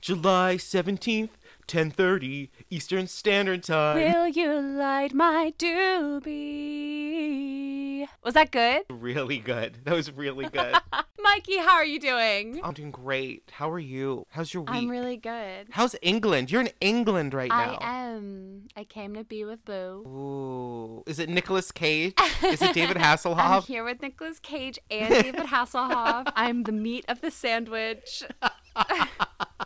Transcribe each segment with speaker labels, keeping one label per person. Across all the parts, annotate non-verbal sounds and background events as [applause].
Speaker 1: July 17th, 10:30 Eastern Standard Time.
Speaker 2: Will you light my doobie? Was that good?
Speaker 1: Really good. That was really
Speaker 2: [laughs]
Speaker 1: good.
Speaker 2: Mikey, how are you doing?
Speaker 1: I'm doing great. How are you? How's your week?
Speaker 2: I'm really good.
Speaker 1: How's England? You're in England right
Speaker 2: I
Speaker 1: now.
Speaker 2: am. I came to be with Boo.
Speaker 1: Ooh. Is it Nicolas Cage? Is it
Speaker 2: [laughs]
Speaker 1: David
Speaker 2: I'm
Speaker 1: Hasselhoff?
Speaker 2: here with Nicolas Cage and David Hasselhoff. I'm the meat of the sandwich.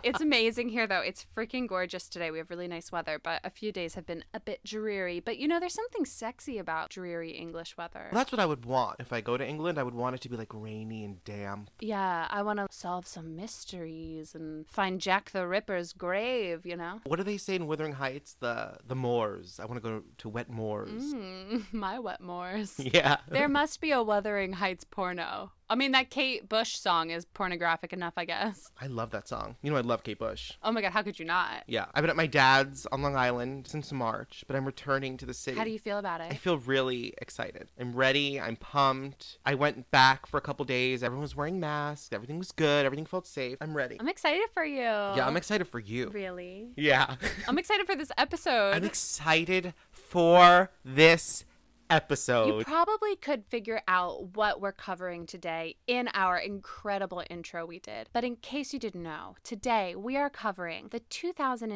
Speaker 2: it's amazing here, though. It's freaking gorgeous today. We have really nice weather, but a few days have been a bit dreary. But you know, there's something sexy about dreary English weather.
Speaker 1: Well, that's what I would want. If I go to England, I would want it to be like rainy and damp.
Speaker 2: Yeah, I want to solve some mysteries and find Jack the Ripper's grave, you know?
Speaker 1: What do they say in Wuthering Heights? The the moors. I want to go to wet moors.
Speaker 2: Mm, [laughs] my wet moors.
Speaker 1: [laughs] Yeah.
Speaker 2: there must be a Wuthering Heights porno. I mean, that Kate Bush song is pornographic enough, I guess.
Speaker 1: I love that song. You know I love Kate Bush.
Speaker 2: Oh my God, how could you not?
Speaker 1: Yeah, I've been at my dad's on Long Island since March, but I'm returning to the city.
Speaker 2: How do you feel about
Speaker 1: I
Speaker 2: it?
Speaker 1: feel really excited. I'm ready. I'm pumped. I went back for a couple days. Everyone was wearing masks. Everything was good. Everything felt safe. I'm ready.
Speaker 2: I'm excited for you.
Speaker 1: yeah, I'm excited for you.
Speaker 2: Really? [laughs]
Speaker 1: Yeah.
Speaker 2: I'm excited for this episode.
Speaker 1: I'm excited for this
Speaker 2: you
Speaker 1: episode.
Speaker 2: probably could figure out what we're covering today in our incredible intro we did. But in case you didn't know, today we are covering the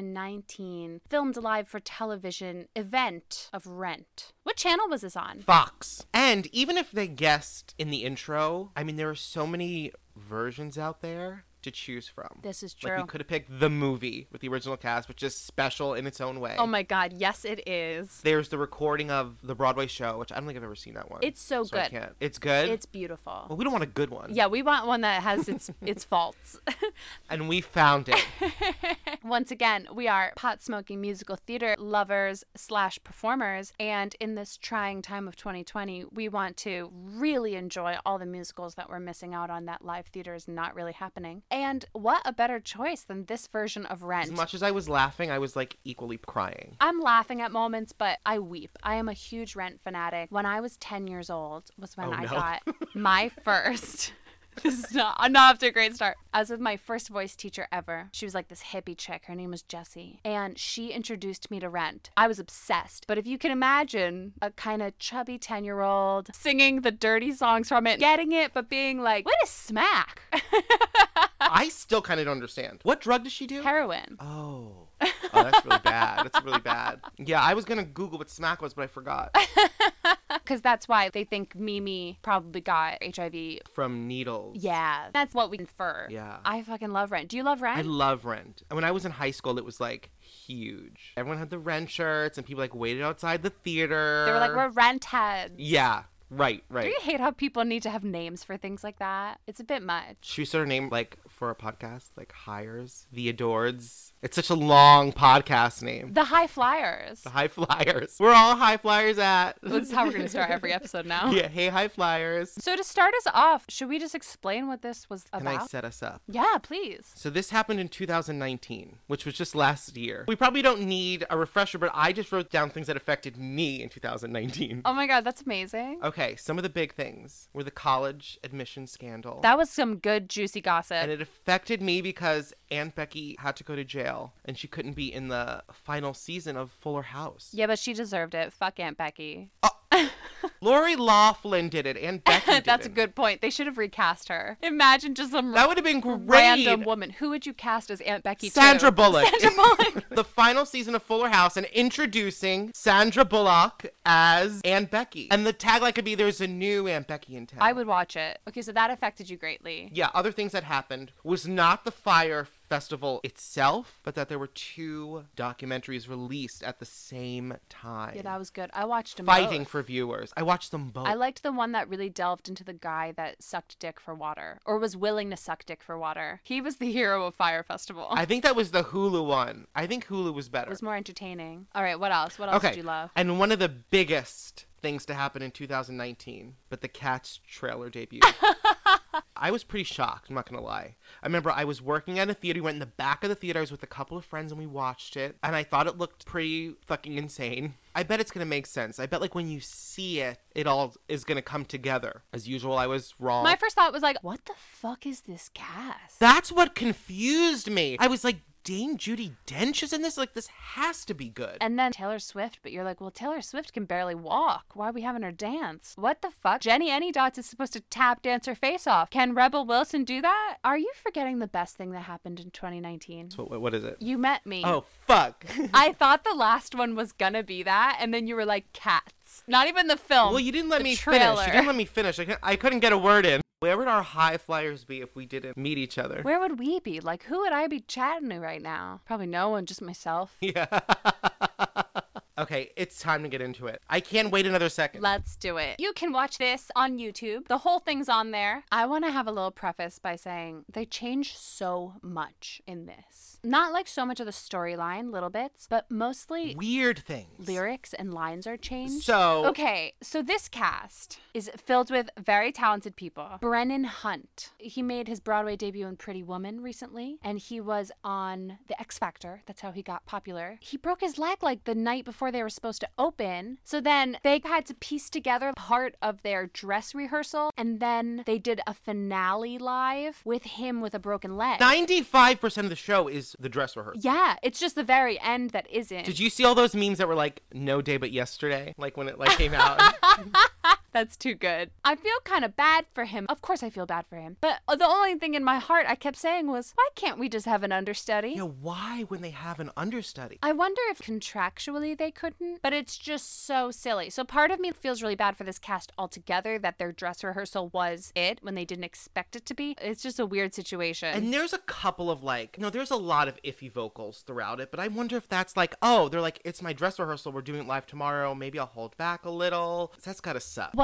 Speaker 2: 2019 filmed live for television event of Rent. What channel was this on?
Speaker 1: Fox. And even if they guessed in the intro, I mean, there are so many versions out there to choose from.
Speaker 2: This is
Speaker 1: Like, we
Speaker 2: true.
Speaker 1: could have picked the movie with the original cast, which is special in its own way.
Speaker 2: Oh my god, yes it is.
Speaker 1: There's the recording of the Broadway show, which I don't think I've ever seen that one.
Speaker 2: It's so
Speaker 1: I
Speaker 2: good.
Speaker 1: can't. It's good.
Speaker 2: It's beautiful.
Speaker 1: well, we don't want a good one.
Speaker 2: Yeah, we want one that has its its faults.
Speaker 1: And we found
Speaker 2: [laughs]
Speaker 1: it.
Speaker 2: Once again, we are pot smoking musical theater lovers slash performers, and in this trying time of 2020, we want to really enjoy all the musicals that we're missing out on that live theater is not really happening. And what a better choice than this version of
Speaker 1: as
Speaker 2: Rent.
Speaker 1: much as I was laughing, I was like equally
Speaker 2: [laughs]
Speaker 1: crying.
Speaker 2: I'm laughing at moments, but I weep. I am a huge Rent fanatic. When I was 10 years old was when
Speaker 1: Oh,
Speaker 2: I
Speaker 1: no.
Speaker 2: got
Speaker 1: [laughs]
Speaker 2: my first. [laughs] This is not, I'm not off to a great start. I was with my first voice teacher ever. She was like this hippie chick. Her name was Jessie. And she introduced me to Rent. I was obsessed. But if you can imagine a kind of chubby 10 year old singing the dirty songs from it, getting it, but being like, what a smack? [laughs]
Speaker 1: I still kind of don't understand. What drug does she do?
Speaker 2: Heroin. [laughs]
Speaker 1: oh. Oh, that's really bad. That's really bad. Yeah, I was going to Google what smack was, but I
Speaker 2: [laughs]
Speaker 1: forgot.
Speaker 2: Because that's why they think Mimi probably got HIV
Speaker 1: From needles.
Speaker 2: Yeah, that's what we infer.
Speaker 1: Yeah.
Speaker 2: I fucking love Rent. Do you love Rent?
Speaker 1: I love Rent. When I was in high school, it was like huge. Everyone had the Rent shirts, and people like waited outside the theater.
Speaker 2: they were like, we're Rent heads.
Speaker 1: Yeah, right, right.
Speaker 2: Do you hate how people need to have names for things like that? It's a bit much.
Speaker 1: Should we start a name like for a podcast? Like Hires, The Adoreds? It's such a long podcast name.
Speaker 2: The High Flyers.
Speaker 1: The High Flyers. We're all High Flyers at.
Speaker 2: [laughs] That's how we're going to start every episode
Speaker 1: [laughs]
Speaker 2: now.
Speaker 1: yeah, hey, High Flyers.
Speaker 2: So, to start us off, should we just explain what this was
Speaker 1: Can I
Speaker 2: about?
Speaker 1: set us up?
Speaker 2: yeah, please.
Speaker 1: So this happened in 2019, which was just last year. We probably don't need a refresher, but I just wrote down things that affected me in 2019.
Speaker 2: Oh my God, that's amazing.
Speaker 1: Okay, some of the big things were the college admission scandal.
Speaker 2: That was some good, juicy gossip.
Speaker 1: and it affected me because Aunt Becky had to go to jail and she couldn't be in the final season of Fuller House.
Speaker 2: yeah, but she deserved it. Fuck Aunt Becky.
Speaker 1: Lori Laughlin did it and Becky did
Speaker 2: [laughs] That's a
Speaker 1: it.
Speaker 2: good point. They should have recast her. Imagine just some
Speaker 1: That would have been great.
Speaker 2: random woman. Who would you cast as Aunt Becky? too?
Speaker 1: Sandra Bullock.
Speaker 2: [laughs] Sandra Bullock.
Speaker 1: [laughs] the final season of Fuller House and introducing Sandra Bullock as Aunt Becky. And the tagline could be there's a new Aunt Becky in town.
Speaker 2: I would watch it. Okay, so that affected you greatly.
Speaker 1: Yeah, other things that happened was not the fire festival itself, but that there were two documentaries released at the same time.
Speaker 2: Yeah, that was good. I watched them
Speaker 1: fighting
Speaker 2: both.
Speaker 1: for viewers. I watched them both.
Speaker 2: I liked the one that really delved into the guy that sucked dick for water or was willing to suck dick for water. He was the hero of Fire Festival.
Speaker 1: I think that was the Hulu one. I think Hulu was better.
Speaker 2: it was more entertaining. All right, what else? What else
Speaker 1: okay.
Speaker 2: did you love?
Speaker 1: And one of the biggest things to happen in 2019, but the Cats trailer debut.
Speaker 2: [laughs]
Speaker 1: I was pretty shocked, I'm not gonna lie. I remember I was working at a theater, we went in the back of the theater, I was with a couple of friends and we watched it, and I thought it looked pretty fucking insane. I bet it's gonna make sense. I bet like when you see it, it all is gonna come together. As usual, I was wrong.
Speaker 2: My first thought was like, what the fuck is this cast?
Speaker 1: That's what confused me. I was like, Dame Judy Dench is in this? Like, this has to be good.
Speaker 2: And then Taylor Swift, but you're like, well, Taylor Swift can barely walk. Why are we having her dance? What the fuck? Jenny Anydots is supposed to tap dance her face off. Can Rebel Wilson do that? Are you forgetting the best thing that happened in 2019?
Speaker 1: So what, what is it?
Speaker 2: You met me.
Speaker 1: Oh,
Speaker 2: [laughs]
Speaker 1: fuck.
Speaker 2: I thought the last one was gonna be that, and then you were like, cats. Not even the film.
Speaker 1: well, you didn't let
Speaker 2: the
Speaker 1: me
Speaker 2: trailer.
Speaker 1: finish. You didn't let me finish. I, couldn't, I couldn't get a word in. Where would our high flyers be if we didn't meet each other?
Speaker 2: Where would we be? Like, who would I be chatting to right now? Probably no one, just myself.
Speaker 1: [laughs] Yeah. okay, it's time to get into it. I can't wait another second.
Speaker 2: Let's do it. You can watch this on YouTube. The whole thing's on there. I want to have a little preface by saying they change so much in this. Not like so much of the storyline, little bits, but mostly
Speaker 1: Weird things.
Speaker 2: lyrics and lines are changed.
Speaker 1: So,
Speaker 2: Okay, so this cast is filled with very talented people. Brennan Hunt. He made his Broadway debut in Pretty Woman recently, and he was on The X Factor. That's how he got popular. He broke his leg like the night before they were supposed to open. So then they had to piece together part of their dress rehearsal, and then they did a finale live with him with a broken leg.
Speaker 1: 95% of the show is the dress rehearsal.
Speaker 2: yeah, it's just the very end that isn't.
Speaker 1: Did you see all those memes that were like no day but yesterday? Like when it like came out.
Speaker 2: [laughs] That's too good. I feel kind of bad for him. Of course, I feel bad for him. But the only thing in my heart I kept saying was, why can't we just have an understudy?
Speaker 1: you know, why when they have an understudy?
Speaker 2: I wonder if contractually they couldn't, but it's just so silly. So part of me feels really bad for this cast altogether that their dress rehearsal was it when they didn't expect it to be. It's just a weird situation.
Speaker 1: And there's a couple of like, no, there's a lot of iffy vocals throughout it, but I wonder if that's like, oh, they're like, it's my dress rehearsal. We're doing it live tomorrow. Maybe I'll hold back a little. That's gotta suck.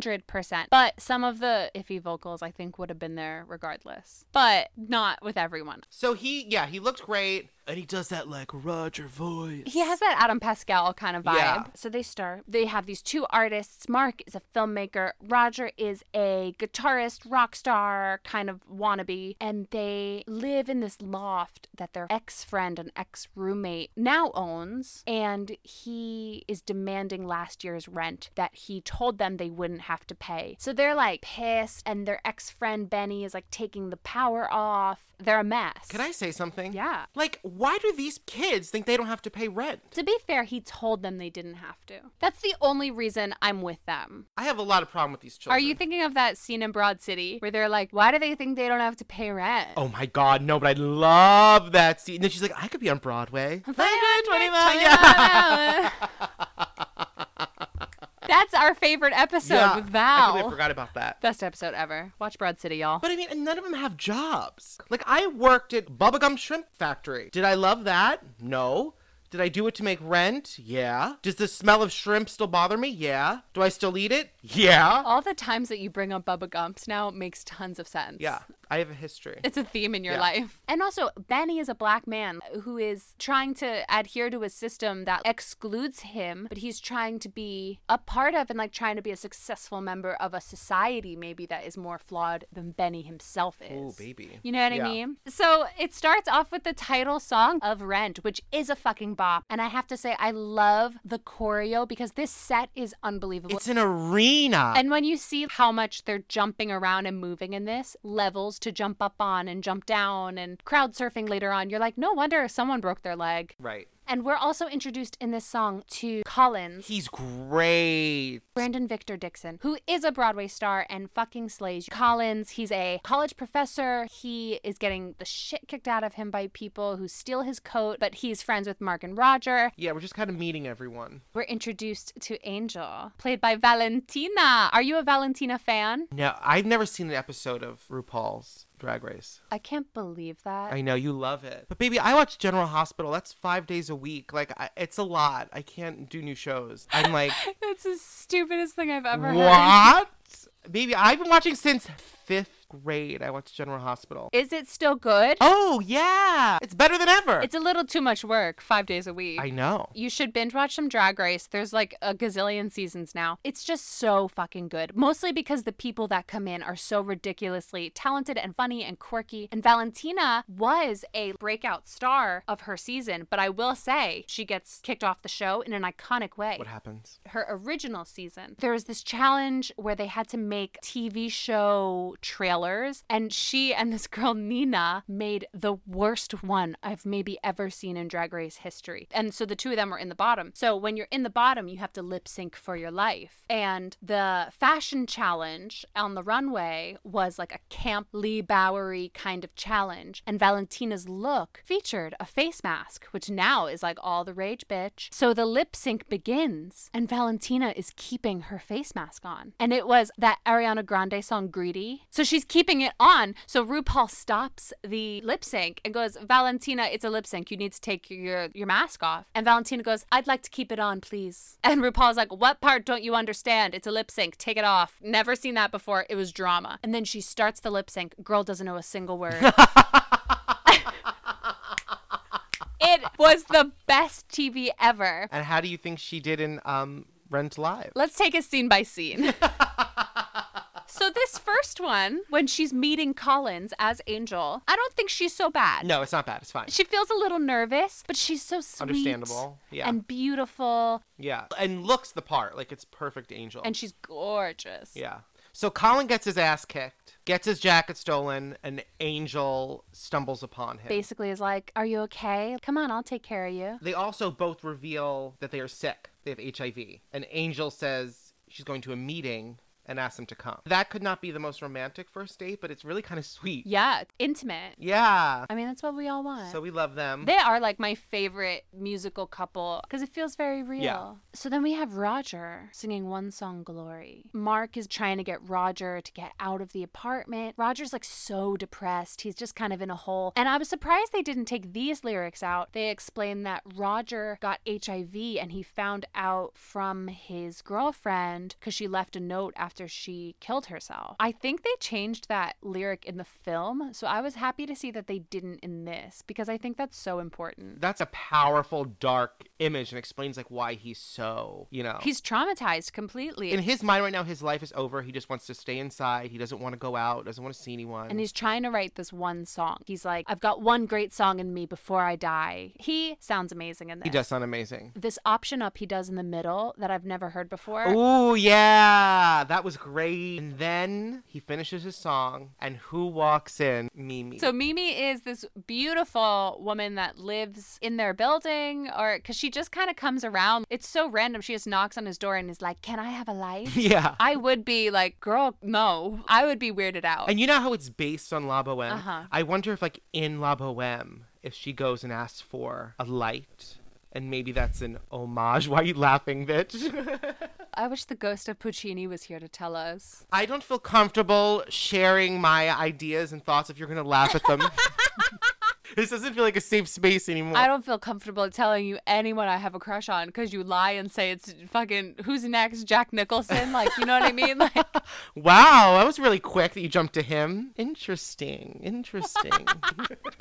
Speaker 2: 100%. But some of the iffy vocals I think would have been there regardless, but not with everyone.
Speaker 1: So he, yeah, he looked great. And he does that like Roger voice.
Speaker 2: He has that Adam Pascal kind of vibe.
Speaker 1: Yeah.
Speaker 2: So they start. They have these two artists. Mark is a filmmaker. Roger is a guitarist, rock star kind of wannabe. And they live in this loft that their ex friend and ex roommate now owns. And he is demanding last year's rent that he told them they wouldn't have to pay. So they're like pissed. And their ex friend Benny is like taking the power off. They're a mess.
Speaker 1: Can I say something?
Speaker 2: Yeah.
Speaker 1: Like, why do these kids think they don't have to pay rent?
Speaker 2: To be fair, he told them they didn't have to. That's the only reason I'm with them.
Speaker 1: I have a lot of problem with these
Speaker 2: Are
Speaker 1: children.
Speaker 2: you thinking of that scene in Broad City where they're like, why do they think they don't have to pay rent? [laughs]
Speaker 1: Oh my God, no, but I love that scene. And then she's like, I could be on Broadway.
Speaker 2: $500,
Speaker 1: $25,
Speaker 2: [laughs] That's our favorite episode with
Speaker 1: I completely
Speaker 2: Val.
Speaker 1: forgot about that.
Speaker 2: Best episode ever. Watch Broad City, y'all.
Speaker 1: But I mean, and none of them have jobs. Like, I worked at Bubblegum Shrimp Factory. Did I love that? No. Did I do it to make rent? Yeah. Does the smell of shrimp still bother me? Yeah. Do I still eat it? Yeah.
Speaker 2: All the times that you bring up Bubba Gumps now makes tons of sense.
Speaker 1: Yeah. I have a history.
Speaker 2: It's a theme in your
Speaker 1: Yeah.
Speaker 2: life. And also, Benny is a black man who is trying to adhere to a system that excludes him, but he's trying to be a part of and like trying to be a successful member of a society maybe that is more flawed than Benny himself
Speaker 1: Ooh,
Speaker 2: is.
Speaker 1: baby.
Speaker 2: You know what I
Speaker 1: Yeah.
Speaker 2: mean? So it starts off with the title song of Rent, which is a fucking bop. And I have to say, I love the choreo because this set is unbelievable.
Speaker 1: It's an arena.
Speaker 2: And when you see how much they're jumping around and moving in this, levels to jump up on and jump down and crowd surfing later on, you're like, no wonder someone broke their leg.
Speaker 1: right.
Speaker 2: And we're also introduced in this song to Collins,
Speaker 1: He's great.
Speaker 2: Brandon Victor Dixon, who is a Broadway star and fucking slays. Collins, he's a college professor. He is getting the shit kicked out of him by people who steal his coat, but he's friends with Mark and Roger.
Speaker 1: Yeah, we're just kind of meeting everyone.
Speaker 2: We're introduced to Angel, played by Valentina. Are you a Valentina fan?
Speaker 1: No, I've never seen an episode of RuPaul's Drag Race.
Speaker 2: I can't believe that.
Speaker 1: I know you love it, but baby, I watch General Hospital. That's five days a week. Like, I, it's a lot. I can't do new shows. I'm like,
Speaker 2: That's the stupidest thing I've ever heard.
Speaker 1: what? Baby, I've been watching since fifth grade. I watched General Hospital.
Speaker 2: Is it still good?
Speaker 1: Oh yeah, it's better than ever.
Speaker 2: It's a little too much work, five days a week.
Speaker 1: I know.
Speaker 2: you should binge watch some Drag Race. There's like a gazillion seasons now. It's just so fucking good. Mostly because the people that come in are so ridiculously talented and funny and quirky. And Valentina was a breakout star of her season, but I will say she gets kicked off the show in an iconic way.
Speaker 1: What happens?
Speaker 2: her original season, there was this challenge where they had to make TV show trailers colors. And she and this girl, Nina, made the worst one I've maybe ever seen in Drag Race history. And so the two of them were in the bottom. So when you're in the bottom, you have to lip sync for your life. And the fashion challenge on the runway was like a camp Lee Bowery kind of challenge. And Valentina's look featured a face mask, which now is like all the rage, bitch. So the lip sync begins, and Valentina is keeping her face mask on. And it was that Ariana Grande song, Greedy. So she's keeping it on. So RuPaul stops the lip sync and goes, Valentina, it's a lip sync. You need to take your, your mask off. And Valentina goes, I'd like to keep it on, please. And RuPaul's like, What part don't you understand? It's a lip sync. Take it off. Never seen that before. It was drama. And then she starts the lip sync. Girl doesn't know a single word. it was the best TV ever.
Speaker 1: And how do you think she did in um, Rent Live?
Speaker 2: Let's take it scene
Speaker 1: [laughs]
Speaker 2: by scene. so this first one, when she's meeting Collins as Angel, I don't think she's so bad.
Speaker 1: No, it's not bad. It's fine.
Speaker 2: She feels a little nervous, but she's so sweet.
Speaker 1: Understandable. Yeah.
Speaker 2: And beautiful.
Speaker 1: yeah. And looks the part. Like it's perfect angel.
Speaker 2: And she's gorgeous.
Speaker 1: yeah. So Colin gets his ass kicked, gets his jacket stolen, and Angel stumbles upon him.
Speaker 2: Basically is like, Are you okay? Come on, I'll take care of you.
Speaker 1: They also both reveal that they are sick. They have HIV. And Angel says she's going to a meeting and asks him to come. That could not be the most romantic first date, but it's really kind of sweet.
Speaker 2: Yeah. Intimate.
Speaker 1: Yeah.
Speaker 2: I mean, that's what we all want.
Speaker 1: So we love them.
Speaker 2: They are like my favorite musical couple because it feels very real.
Speaker 1: Yeah.
Speaker 2: So then we have Roger singing one song, Glory. Mark is trying to get Roger to get out of the apartment. Roger's like so depressed. He's just kind of in a hole. And I was surprised they didn't take these lyrics out. They explain that Roger got HIV and he found out from his girlfriend because she left a note after she killed herself. I think they changed that lyric in the film. So I was happy to see that they didn't in this because I think that's so important.
Speaker 1: That's a powerful, dark image and explains like why he's so, you know.
Speaker 2: He's traumatized completely.
Speaker 1: in his mind right now, his life is over. He just wants to stay inside. He doesn't want to go out, doesn't want to see anyone.
Speaker 2: and he's trying to write this one song. He's like, I've got one great song in me before I die. He sounds amazing in this.
Speaker 1: he does sound amazing.
Speaker 2: This option up he does in the middle that I've never heard before.
Speaker 1: Ooh, yeah. That was great. And then he finishes his song, and who walks in? Mimi.
Speaker 2: So Mimi is this beautiful woman that lives in their building, or because she just kind of comes around. It's so random. She just knocks on his door and is like, "Can I have a light?"
Speaker 1: [laughs] yeah.
Speaker 2: I would be like, "Girl, no." I would be weirded out.
Speaker 1: And you know how it's based on La Boheme?
Speaker 2: Uh-huh.
Speaker 1: I wonder if, like, in La Boheme, if she goes and asks for a light. And maybe that's an homage. [laughs] Why are you laughing,
Speaker 2: [laughs]
Speaker 1: bitch?
Speaker 2: I wish the ghost of Puccini was here to tell us.
Speaker 1: I don't feel comfortable sharing my ideas and thoughts if you're going to laugh at
Speaker 2: [laughs]
Speaker 1: them. this doesn't feel like a safe space anymore.
Speaker 2: I don't feel comfortable telling you anyone I have a crush on because you lie and say it's fucking who's next, Jack Nicholson. Like, you know [laughs] what I mean? Like,
Speaker 1: Wow, that was really quick that you jumped to him. Interesting,
Speaker 2: [laughs]
Speaker 1: interesting.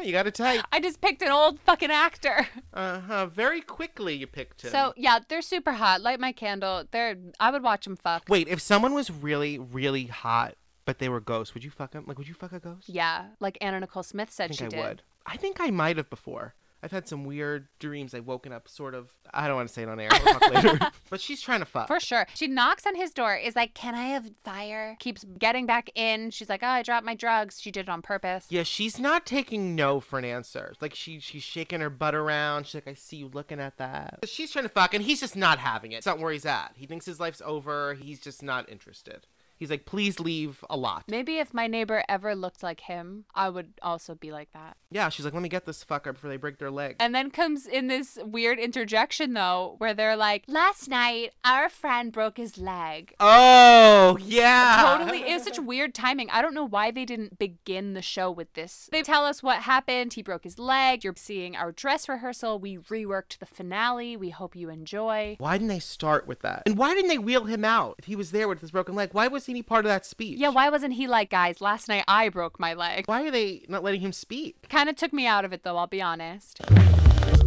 Speaker 1: you got to type.
Speaker 2: I just picked an old fucking actor.
Speaker 1: Uh huh. Very quickly you picked him.
Speaker 2: So yeah, they're super hot. Light my candle. They're I would watch them fuck.
Speaker 1: wait, if someone was really, really hot, but they were ghosts, would you fuck him? Like, would you fuck a ghost?
Speaker 2: Yeah, like Anna Nicole Smith
Speaker 1: I
Speaker 2: said
Speaker 1: think
Speaker 2: she
Speaker 1: I
Speaker 2: did.
Speaker 1: would. I think I might have before. I've had some weird dreams. I've woken up sort of. I don't want to say it on air. We'll talk later.
Speaker 2: [laughs]
Speaker 1: But she's trying to fuck.
Speaker 2: For sure. She knocks on his door, is like, Can I have fire? Keeps getting back in. She's like, Oh, I dropped my drugs. She did it on purpose.
Speaker 1: Yeah, she's not taking no for an answer. Like she she's shaking her butt around. She's like, I see you looking at that. But She's trying to fuck, and he's just not having it. It's not where he's at. He thinks his life's over. He's just not interested. He's like, please leave a lot.
Speaker 2: Maybe if my neighbor ever looked like him, I would also be like that.
Speaker 1: Yeah, she's like, let me get this fucker before they break their leg.
Speaker 2: And then comes in this weird interjection, though, where they're like, Last night, our friend broke his leg.
Speaker 1: oh yeah,
Speaker 2: Totally. It was such weird timing. I don't know why they didn't begin the show with this. They tell us what happened. He broke his leg. You're seeing our dress rehearsal. We reworked the finale. We hope you enjoy.
Speaker 1: Why didn't they start with that? And why didn't they wheel him out if he was there with his broken leg? Why was he any part of that speech?
Speaker 2: Yeah, why wasn't he like, guys, last night I broke my leg?
Speaker 1: Why are they not letting him speak?
Speaker 2: Kind of took me out of it though, I'll be honest.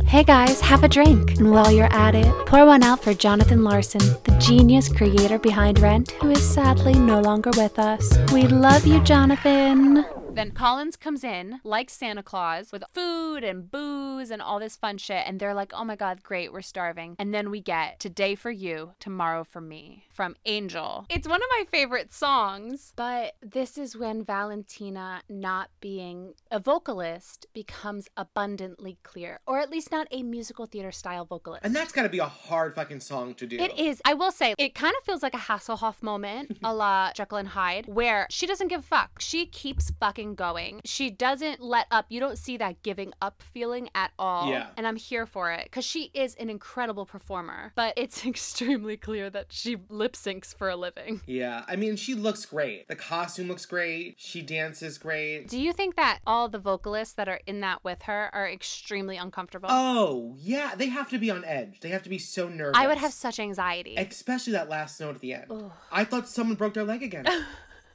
Speaker 2: Hey guys, have a drink. And while you're at it, pour one out for Jonathan Larson, the genius creator behind Rent, who is sadly no longer with us. We love you, Jonathan. Then Collins comes in like Santa Claus with food and booze and all this fun shit. And they're like, oh my God, great, we're starving. And then we get Today for You, Tomorrow for Me from Angel. It's one of my favorite songs. But this is when Valentina not being a vocalist becomes abundantly clear, or at least not a musical theater style vocalist.
Speaker 1: And that's got to be a hard fucking song to do.
Speaker 2: It is. I will say, it kind of feels like a Hasselhoff moment,
Speaker 1: Mm-hmm.
Speaker 2: a la Jekyll and Hyde, where she doesn't give a fuck. She keeps fucking going. She doesn't let up. You don't see that giving up feeling at all.
Speaker 1: Yeah.
Speaker 2: And I'm here for it because she is an incredible performer. But it's [laughs] extremely clear that she lip syncs for a living.
Speaker 1: Yeah, I mean, she looks great. The costume looks great. She dances great.
Speaker 2: Do you think that all the vocalists that are in that with her are extremely uncomfortable?
Speaker 1: Oh, yeah, they have to be on edge. They have to be so nervous.
Speaker 2: I would have such anxiety.
Speaker 1: Especially that last note at the end. I thought someone broke their leg
Speaker 2: [laughs]
Speaker 1: again.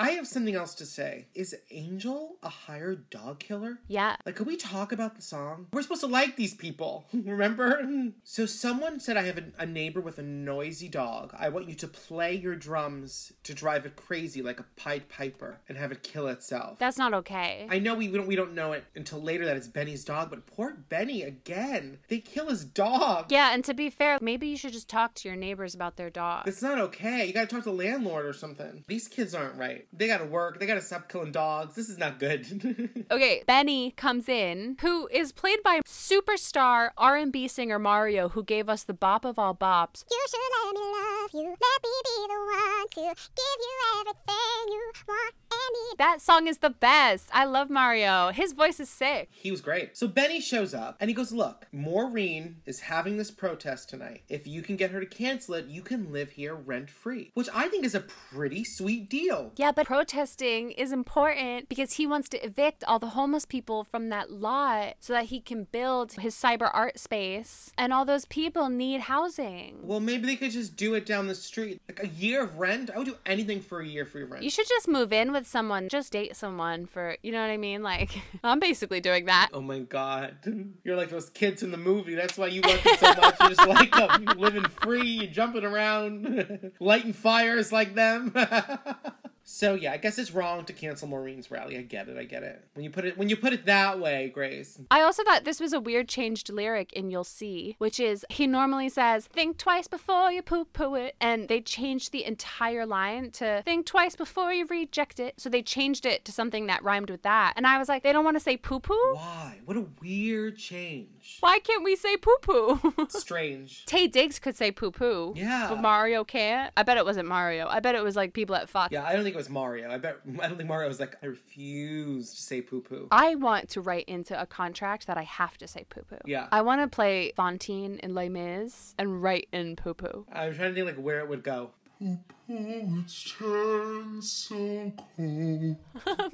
Speaker 1: I have something else to say. Is Angel a hired dog killer?
Speaker 2: yeah.
Speaker 1: Like, can we talk about the song? We're supposed to like these people, [laughs] remember? So, someone said, I have a, a neighbor with a noisy dog. I want you to play your drums to drive it crazy like a Pied Piper and have it kill itself.
Speaker 2: That's not okay.
Speaker 1: I know we, we don't we don't know it until later that it's Benny's dog, but poor Benny again. They kill his dog.
Speaker 2: yeah, and to be fair, maybe you should just talk to your neighbors about their dog.
Speaker 1: It's not okay. You gotta talk to the landlord or something. These kids aren't right. They gotta work. They gotta stop killing dogs. This is not good. [laughs]
Speaker 2: Okay, Benny comes in, who is played by superstar R&B singer Mario, who gave us the bop of all bops.
Speaker 3: You should let me love you. Let me be the one to give you everything you want and need.
Speaker 2: That song is the best. I love Mario. His voice is sick.
Speaker 1: he was great. So Benny shows up and he goes, Look, Maureen is having this protest tonight. If you can get her to cancel it, you can live here rent free. Which I think is a pretty sweet deal.
Speaker 2: Yeah, but protesting is important because he wants to evict all the homeless people from that lot so that he can build his cyber art space. And all those people need housing.
Speaker 1: Well, maybe they could just do it down the street. Like a year of rent? I would do anything for a year free rent.
Speaker 2: You should just move in with someone, just date someone for, you know what I mean? Like, [laughs] I'm basically doing that.
Speaker 1: Oh my god. You're like those kids in the movie. That's why you like it so much. You just like them. You're living free, you're jumping around, [laughs] lighting fires like them. [laughs] so yeah, I guess it's wrong to cancel Maureen's rally. I get it, I get it. When you put it when you put it that way, Grace.
Speaker 2: I also thought this was a weird changed lyric in You'll See, which is he normally says, Think twice before you poo poo it. And they changed the entire line to Think twice before you reject it. So they changed it to something that rhymed with that. And I was like, They don't want to say poo poo?
Speaker 1: Why? What a weird change.
Speaker 2: Why can't we say poo poo?
Speaker 1: Strange.
Speaker 2: [laughs] Tay Diggs could say poo poo.
Speaker 1: Yeah.
Speaker 2: But Mario can't. I bet it wasn't Mario. I bet it was like people at Fox.
Speaker 1: Yeah, I don't think it was Mario. I bet I don't think Mario was like, I refuse to say poo poo.
Speaker 2: I want to write into a contract that I have to say poo poo.
Speaker 1: Yeah.
Speaker 2: I want to play Fontaine in Les Mis and write in poo poo.
Speaker 1: I'm trying to think like where it would go.
Speaker 4: Oh, it's turned so cold.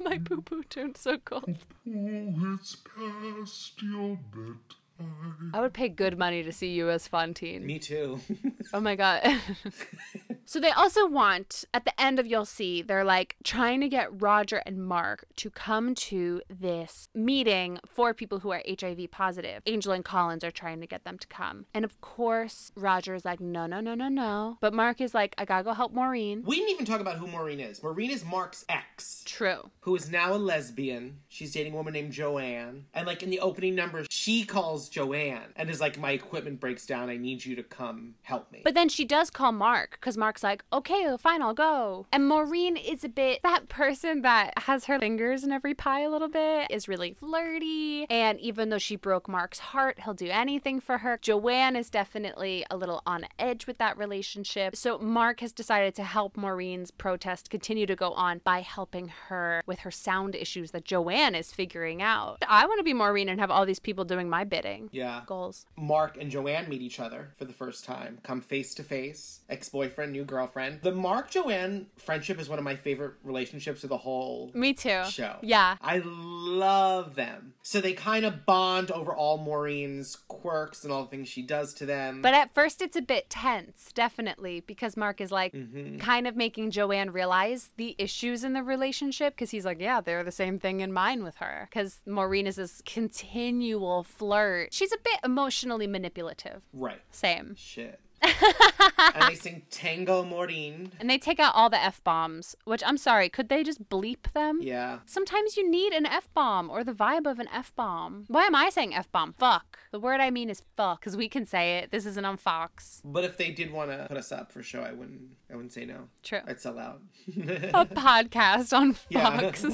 Speaker 2: [laughs] My poo poo turned so cold.
Speaker 4: Oh, it's past your bedtime.
Speaker 2: I would pay good money to see you as Fontaine.
Speaker 1: Me too. [laughs]
Speaker 2: Oh my god. [laughs] so they also want at the end of You'll See, they're like trying to get Roger and Mark to come to this meeting for people who are HIV positive. Angel and Collins are trying to get them to come. And of course, Roger's like, no, no, no, no, no. But Mark is like, I gotta go help Maureen.
Speaker 1: we didn't even talk about who Maureen is. Maureen is Mark's ex.
Speaker 2: True.
Speaker 1: who is now a lesbian. She's dating a woman named Joanne. And like in the opening number, she calls Joanne and is like, My equipment breaks down. I need you to come help me.
Speaker 2: But then she does call Mark because Mark's like, okay, fine, I'll go. And Maureen is a bit [laughs] that person that has her fingers in every pie a little bit, is really flirty. And even though she broke Mark's heart, he'll do anything for her. Joanne is definitely a little on edge with that relationship. So Mark has decided to help Maureen's protest continue to go on by helping her with her sound issues that Joanne is figuring out. I want to be Maureen and have all these people doing my bidding.
Speaker 1: yeah.
Speaker 2: Goals.
Speaker 1: Mark and Joanne meet each other for the first time, come face to face, ex boyfriend, new girlfriend. The Mark Joanne friendship is one of my favorite relationships of the whole
Speaker 2: Me too.
Speaker 1: show.
Speaker 2: Yeah.
Speaker 1: I love them. So they kind of bond over all Maureen's quirks and all the things she does to them.
Speaker 2: But at first, it's a bit tense, definitely, because Mark is like kind of making Joanne realize the issues in the relationship because he's like, yeah, they're the same thing in mine with her. Because Maureen is this continual flirt. She's a bit emotionally manipulative.
Speaker 1: right.
Speaker 2: Same. [laughs]
Speaker 1: Shit. and they sing Tango Morin.
Speaker 2: And they take out all the F bombs, which I'm sorry, could they just bleep them?
Speaker 1: Yeah.
Speaker 2: Sometimes you need an F bomb or the vibe of an F bomb. Why am I saying F bomb? Fuck. The word I mean is fuck, because we can say it. This isn't on Fox.
Speaker 1: But if they did want to put us up for show, I wouldn't. I wouldn't say no.
Speaker 2: True.
Speaker 1: I'd sell out. [laughs]
Speaker 2: a podcast on
Speaker 1: Yeah.
Speaker 2: Fox.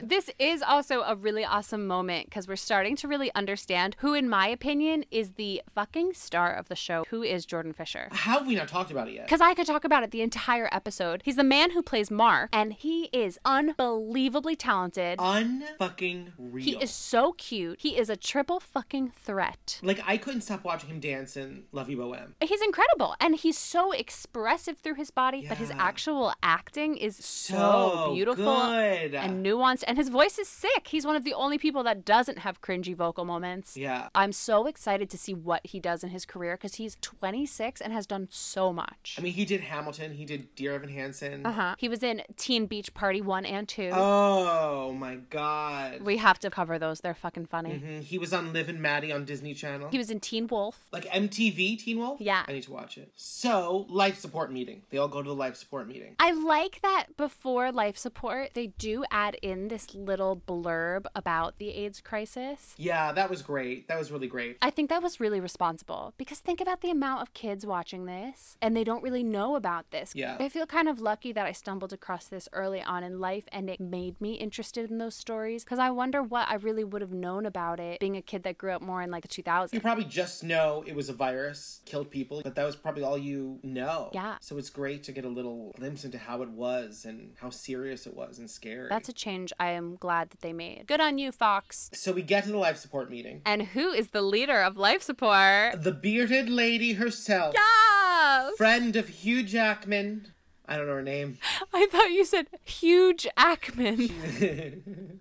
Speaker 2: [laughs] this is also a really awesome moment because we're starting to really understand who, in my opinion, is the fucking star of the show, who is Jordan Fisher.
Speaker 1: How have we not talked about it yet?
Speaker 2: Because I could talk about it the entire episode. He's the man who plays Mark, and he is unbelievably talented.
Speaker 1: Oh, Unfucking real.
Speaker 2: He is so cute. He is a triple fucking threat.
Speaker 1: Like I couldn't stop watching him dance in Love You Bohem.
Speaker 2: He's incredible and he's so expressive through his body, but his
Speaker 1: Yeah.
Speaker 2: actual acting is so,
Speaker 1: So
Speaker 2: beautiful
Speaker 1: good.
Speaker 2: and nuanced. And his voice is sick. He's one of the only people that doesn't have cringy vocal moments.
Speaker 1: Yeah.
Speaker 2: I'm so excited to see what he does in his career because he's 26 and has done so much.
Speaker 1: I mean, he did Hamilton. He did Dear Evan Hansen.
Speaker 2: uh-huh. He was in Teen Beach Party 1 and 2.
Speaker 1: Oh my god.
Speaker 2: We have to cover those. They're fucking funny.
Speaker 1: Mhm. He was on Live and Maddie on Disney Channel.
Speaker 2: He was in Teen Wolf.
Speaker 1: like MTV Teen Wolf?
Speaker 2: Yeah.
Speaker 1: I need to watch it. So, life support meeting. They all go to the life support meeting.
Speaker 2: I like that before life support, they do add in this little blurb about the AIDS crisis.
Speaker 1: Yeah, that was great. That was really great.
Speaker 2: I think that was really responsible because think about the amount of kids watching this and they don't really know about this.
Speaker 1: Yeah.
Speaker 2: I feel kind of lucky that I stumbled across this early on in life and it made me interested in those stories because I wonder what I really would have known about it being a kid that grew up more in like the 2000s.
Speaker 1: You probably just know it was a virus, killed people, but that was probably all you know.
Speaker 2: Yeah.
Speaker 1: So it's great to get a little glimpse into how it was and how serious it was and scary.
Speaker 2: That's a change I am glad that they made. Good on you, Fox.
Speaker 1: so we get to the life support meeting.
Speaker 2: And who is the leader of life support?
Speaker 1: The bearded lady herself,
Speaker 2: Yes!
Speaker 1: friend of Hugh Jackman. I don't know her name. [laughs]
Speaker 2: I thought you said huge Ackman.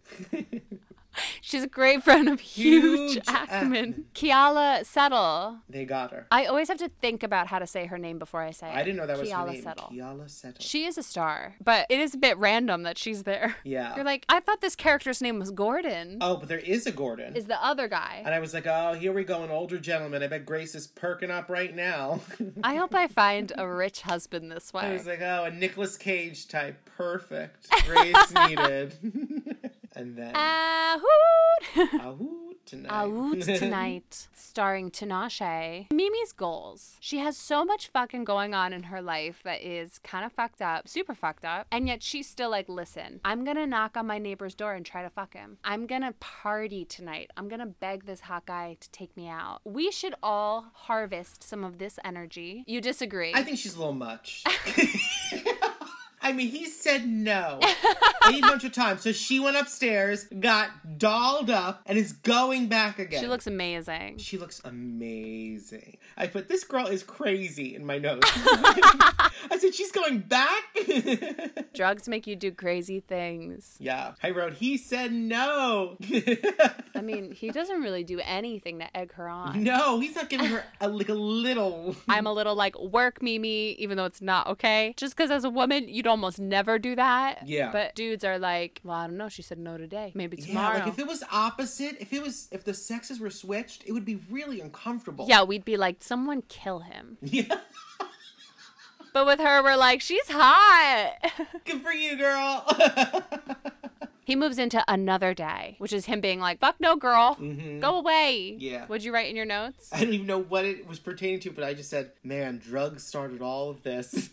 Speaker 2: She's a great friend of huge,
Speaker 1: Huge
Speaker 2: Ackman. Kiala Settle.
Speaker 1: They got her.
Speaker 2: I always have to think about how to say her name before I say it.
Speaker 1: I didn't know that was her
Speaker 2: Kiala
Speaker 1: name.
Speaker 2: Settle.
Speaker 1: Kiala Settle.
Speaker 2: She is a star, but it is a bit random that she's there.
Speaker 1: Yeah.
Speaker 2: You're like, I thought this character's name was Gordon.
Speaker 1: oh, but there is a Gordon.
Speaker 2: Is the other guy.
Speaker 1: [laughs] and I was like, oh, here we go, an older gentleman. I bet Grace is perking up right now. [laughs]
Speaker 2: I hope I find a rich husband this
Speaker 1: I
Speaker 2: way.
Speaker 1: was like, oh, a Nicolas Cage type. Perfect.
Speaker 2: [laughs]
Speaker 1: Grace needed. [laughs] and then,
Speaker 2: Uh, Ah, [laughs] Ahoot!
Speaker 1: out tonight. [laughs]
Speaker 2: Out Tonight, starring Tinashe. Mimi's goals. She has so much fucking going on in her life that is kind of fucked up, super fucked up, and yet she's still like, listen, I'm gonna knock on my neighbor's door and try to fuck him. I'm gonna party tonight. I'm gonna beg this hot guy to take me out. We should all harvest some of this energy. You disagree?
Speaker 1: I think she's a little
Speaker 2: [laughs]
Speaker 1: much. [laughs] I mean, he said
Speaker 2: [laughs]
Speaker 1: no a bunch of times. So she went upstairs, got dolled up, and is going back again.
Speaker 2: she looks amazing.
Speaker 1: She looks amazing. I put this girl is crazy in my
Speaker 2: [laughs]
Speaker 1: notes. [laughs] I said she's going back. [laughs]
Speaker 2: Drugs make you do crazy things.
Speaker 1: yeah, I wrote. He said no. [laughs]
Speaker 2: I mean, he doesn't really do anything to egg her on.
Speaker 1: no, he's not giving her a, like a little. [laughs]
Speaker 2: I'm a little like work Mimi, even though it's not okay. Just because as a woman, you'd almost never do that.
Speaker 1: Yeah.
Speaker 2: But dudes are like, well, I don't know. She said no today. Maybe
Speaker 1: Yeah,
Speaker 2: tomorrow. Yeah,
Speaker 1: like if it was opposite, if it was if the sexes were switched, it would be really uncomfortable.
Speaker 2: we'd be like, someone kill him.
Speaker 1: [laughs] Yeah.
Speaker 2: But with her, we're like, she's hot. [laughs]
Speaker 1: Good for you, girl. [laughs]
Speaker 2: he moves into another day, which is him being like, fuck no, girl. Go away.
Speaker 1: Mm-hmm. Yeah.
Speaker 2: What'd you write in your notes?
Speaker 1: I don't even know what it was pertaining to, but I just said, "Man, drugs started all of this."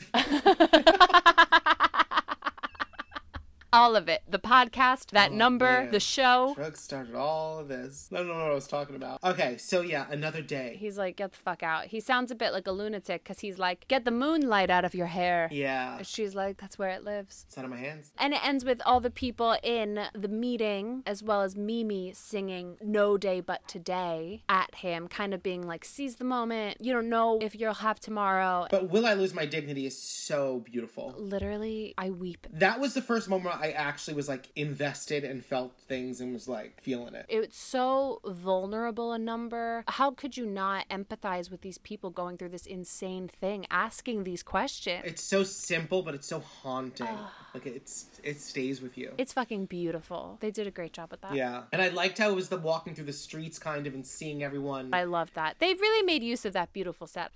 Speaker 2: All of it. The podcast, that
Speaker 1: Oh,
Speaker 2: number,
Speaker 1: man.
Speaker 2: the show.
Speaker 1: drugs started all of this. I don't know what I was talking about. Okay, so yeah, another day.
Speaker 2: He's like, get the fuck out. He sounds a bit like a lunatic because he's like, get the moonlight out of your hair.
Speaker 1: Yeah.
Speaker 2: And she's like, that's where it lives.
Speaker 1: It's out of my hands.
Speaker 2: And it ends with all the people in the meeting, as well as Mimi singing No Day But Today at him, kind of being like, seize the moment. You don't know if you'll have tomorrow.
Speaker 1: But Will I Lose My Dignity is so beautiful.
Speaker 2: Literally, I weep.
Speaker 1: That was the first moment I actually was like invested and felt things and was like feeling it.
Speaker 2: It's so vulnerable a number. How could you not empathize with these people going through this insane thing, asking these questions?
Speaker 1: It's so simple, but it's so haunting. Like it's it stays with you.
Speaker 2: It's fucking beautiful. They did a great job with that.
Speaker 1: yeah. And I liked how it was the walking through the streets kind of and seeing everyone.
Speaker 2: I love that. They really made use of that beautiful set.